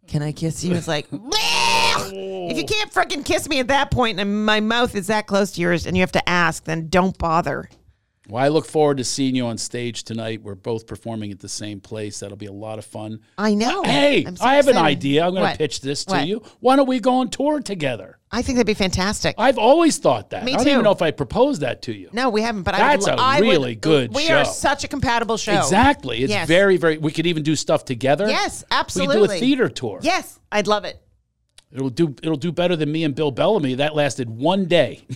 S2: "Can I kiss you?" It's like, "Bleh!" if you can't freaking kiss me at that point, and my mouth is that close to yours, and you have to ask, then don't bother.
S1: Well, I look forward to seeing you on stage tonight. We're both performing at the same place. That'll be a lot of fun.
S2: I know.
S1: Hey,
S2: I'm so
S1: I have an
S2: excited.
S1: idea. I'm going to
S2: What?
S1: pitch this to
S2: What?
S1: you. Why don't we go on tour together?
S2: I think that'd be fantastic.
S1: I've always thought that.
S2: Me
S1: I don't even
S2: too.
S1: know if I proposed that to you.
S2: no, we haven't. But
S1: That's a
S2: I would, lo- I would-
S1: really good
S2: We are
S1: show.
S2: such a compatible show.
S1: Exactly. It's
S2: Yes.
S1: very, very. We could even do stuff together.
S2: Yes,
S1: We could do a
S2: absolutely.
S1: theater tour.
S2: Yes, I'd love it.
S1: It'll do. It'll do better than me and Bill Bellamy. That lasted one day. (laughs)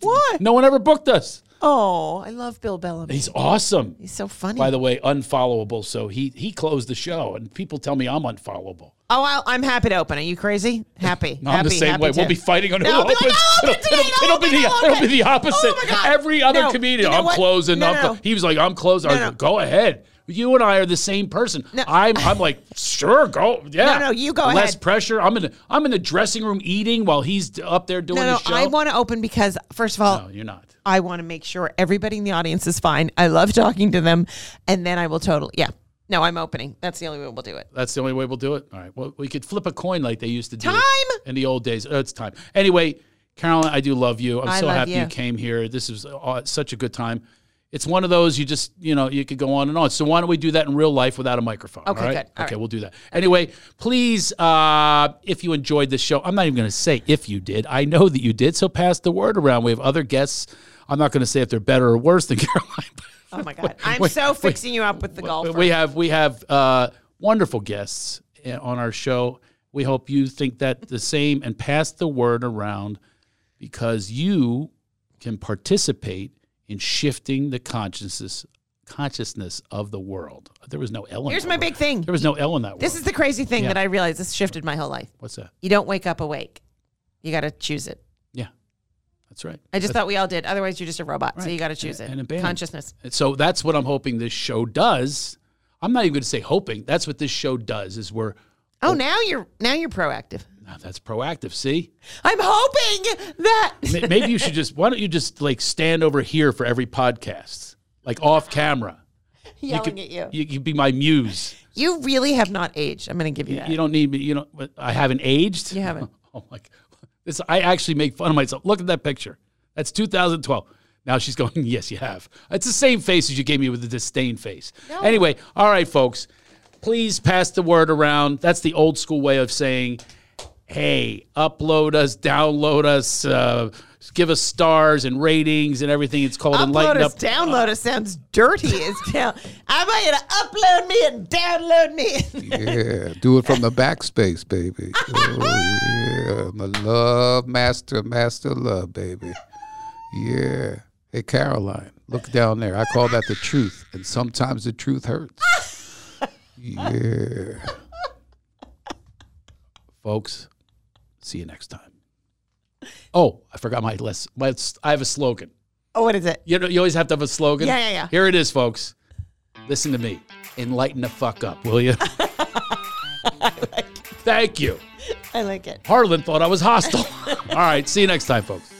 S2: What?
S1: no one ever booked us.
S2: Oh, I love Bill Bellamy.
S1: He's awesome.
S2: He's so funny.
S1: By the way, unfollowable. So he he closed the show, and people tell me I'm unfollowable.
S2: oh, I'll, I'm happy to open. Are you crazy?
S1: (laughs)
S2: Happy.
S1: No, I'm the
S2: Happy,
S1: same
S2: happy
S1: way.
S2: to.
S1: We'll be fighting on
S2: No,
S1: who
S2: I'll be
S1: opens.
S2: like, "Oh, I'll open
S1: it'll,
S2: today,
S1: (laughs)
S2: I'll
S1: it'll be
S2: open,
S1: the
S2: I'll
S1: it'll
S2: open.
S1: be the opposite.
S2: Oh my God.
S1: Every other
S2: No,
S1: comedian,
S2: you know
S1: I'm
S2: what?
S1: closing.
S2: No,
S1: I'm
S2: no,
S1: clo-"
S2: no.
S1: He was like, I'm closing. I
S2: No,
S1: was
S2: no.
S1: like, go ahead. You and I are the same person.
S2: No.
S1: I'm I'm like, sure, go. Yeah.
S2: No, no, you go
S1: Less
S2: ahead.
S1: pressure. I'm in the, I'm in the dressing room eating while he's up there doing
S2: No, no,
S1: his show.
S2: I want to open because first of all,
S1: no, you're not.
S2: I want to make sure everybody in the audience is fine. I love talking to them, and then I will totally. Yeah. No, I'm opening. That's the only way we'll do it.
S1: That's the only way we'll do it. All right. Well, we could flip a coin like they used to do
S2: Time?
S1: in the old days. Oh, it's time. Anyway, Carolyn, I do love you. I'm
S2: I
S1: so
S2: love
S1: happy you.
S2: you.
S1: came here. This was uh, such a good time. It's one of those you just you know you could go on and on. So why don't we do that in real life without a microphone?
S2: Okay,
S1: all right?
S2: good. All
S1: okay,
S2: right.
S1: we'll do that. Anyway, please, uh, if you enjoyed this show, I'm not even going to say if you did. I know that you did. So pass the word around. We have other guests. I'm not going to say if they're better or worse than (laughs) Caroline. but-
S2: Oh my God,
S1: (laughs)
S2: I'm
S1: wait,
S2: so
S1: wait.
S2: fixing you up with the golfer.
S1: we have we have uh, wonderful guests uh, on our show. We hope you think that the same and pass the word around because you can participate in shifting the consciousness consciousness of the world. There was no L. In
S2: Here's
S1: that
S2: my
S1: word.
S2: big thing.
S1: There was no L in that
S2: This
S1: word.
S2: is the crazy thing that I realized. This shifted my whole life.
S1: What's that?
S2: You don't wake up awake. You got to choose it.
S1: Yeah, that's right.
S2: I just thought we all did. Otherwise, you're just a robot. So you got to choose
S1: And-
S2: it.
S1: and abandon.
S2: Consciousness.
S1: And so that's what I'm hoping this show does. I'm not even going to say hoping. That's what this show does. Is we're
S2: Oh, now you're now you're proactive.
S1: now that's proactive. See.
S2: I'm hoping
S1: (laughs)
S2: that (laughs)
S1: Ma- Maybe you should just. Why don't you just like stand over here for every podcast, like off camera?
S2: yelling
S1: could-
S2: at you.
S1: You could be my muse.
S2: You really have not aged. I'm going to give you that.
S1: You don't need me. You know, but I haven't aged.
S2: You haven't.
S1: (laughs) Oh my! God. This I actually make fun of myself. Look at that picture. That's 2012. Now she's (laughs) going. Yes, you have. It's the same face as you gave me with the disdain face. Anyway, all right, folks. Please pass the word around. That's the old school way of saying hey, upload us, download us, uh, give us stars and ratings and everything. It's called
S2: Upload
S1: Enlighten
S2: us,
S1: Up.
S2: download us sounds dirty as hell. I want you to upload me and download me. (laughs)
S3: Yeah, do it from the backspace, baby. Oh, yeah. I'm a love master, master love, baby. Yeah. Hey, Caroline, look down there. I call that the truth, and sometimes the
S2: (laughs)
S3: truth hurts. Yeah.
S1: Folks, see you next time. Oh, I forgot my list. My, I have a slogan.
S2: oh, what is it?
S1: You know, you always have to have a slogan.
S2: Yeah, yeah, yeah.
S1: Here it is, folks. Listen to me. Enlighten the fuck up, will
S2: (laughs)
S1: you? Thank you.
S2: I like it. (laughs)
S1: Harlan thought I was hostile. All right, see you next time, folks.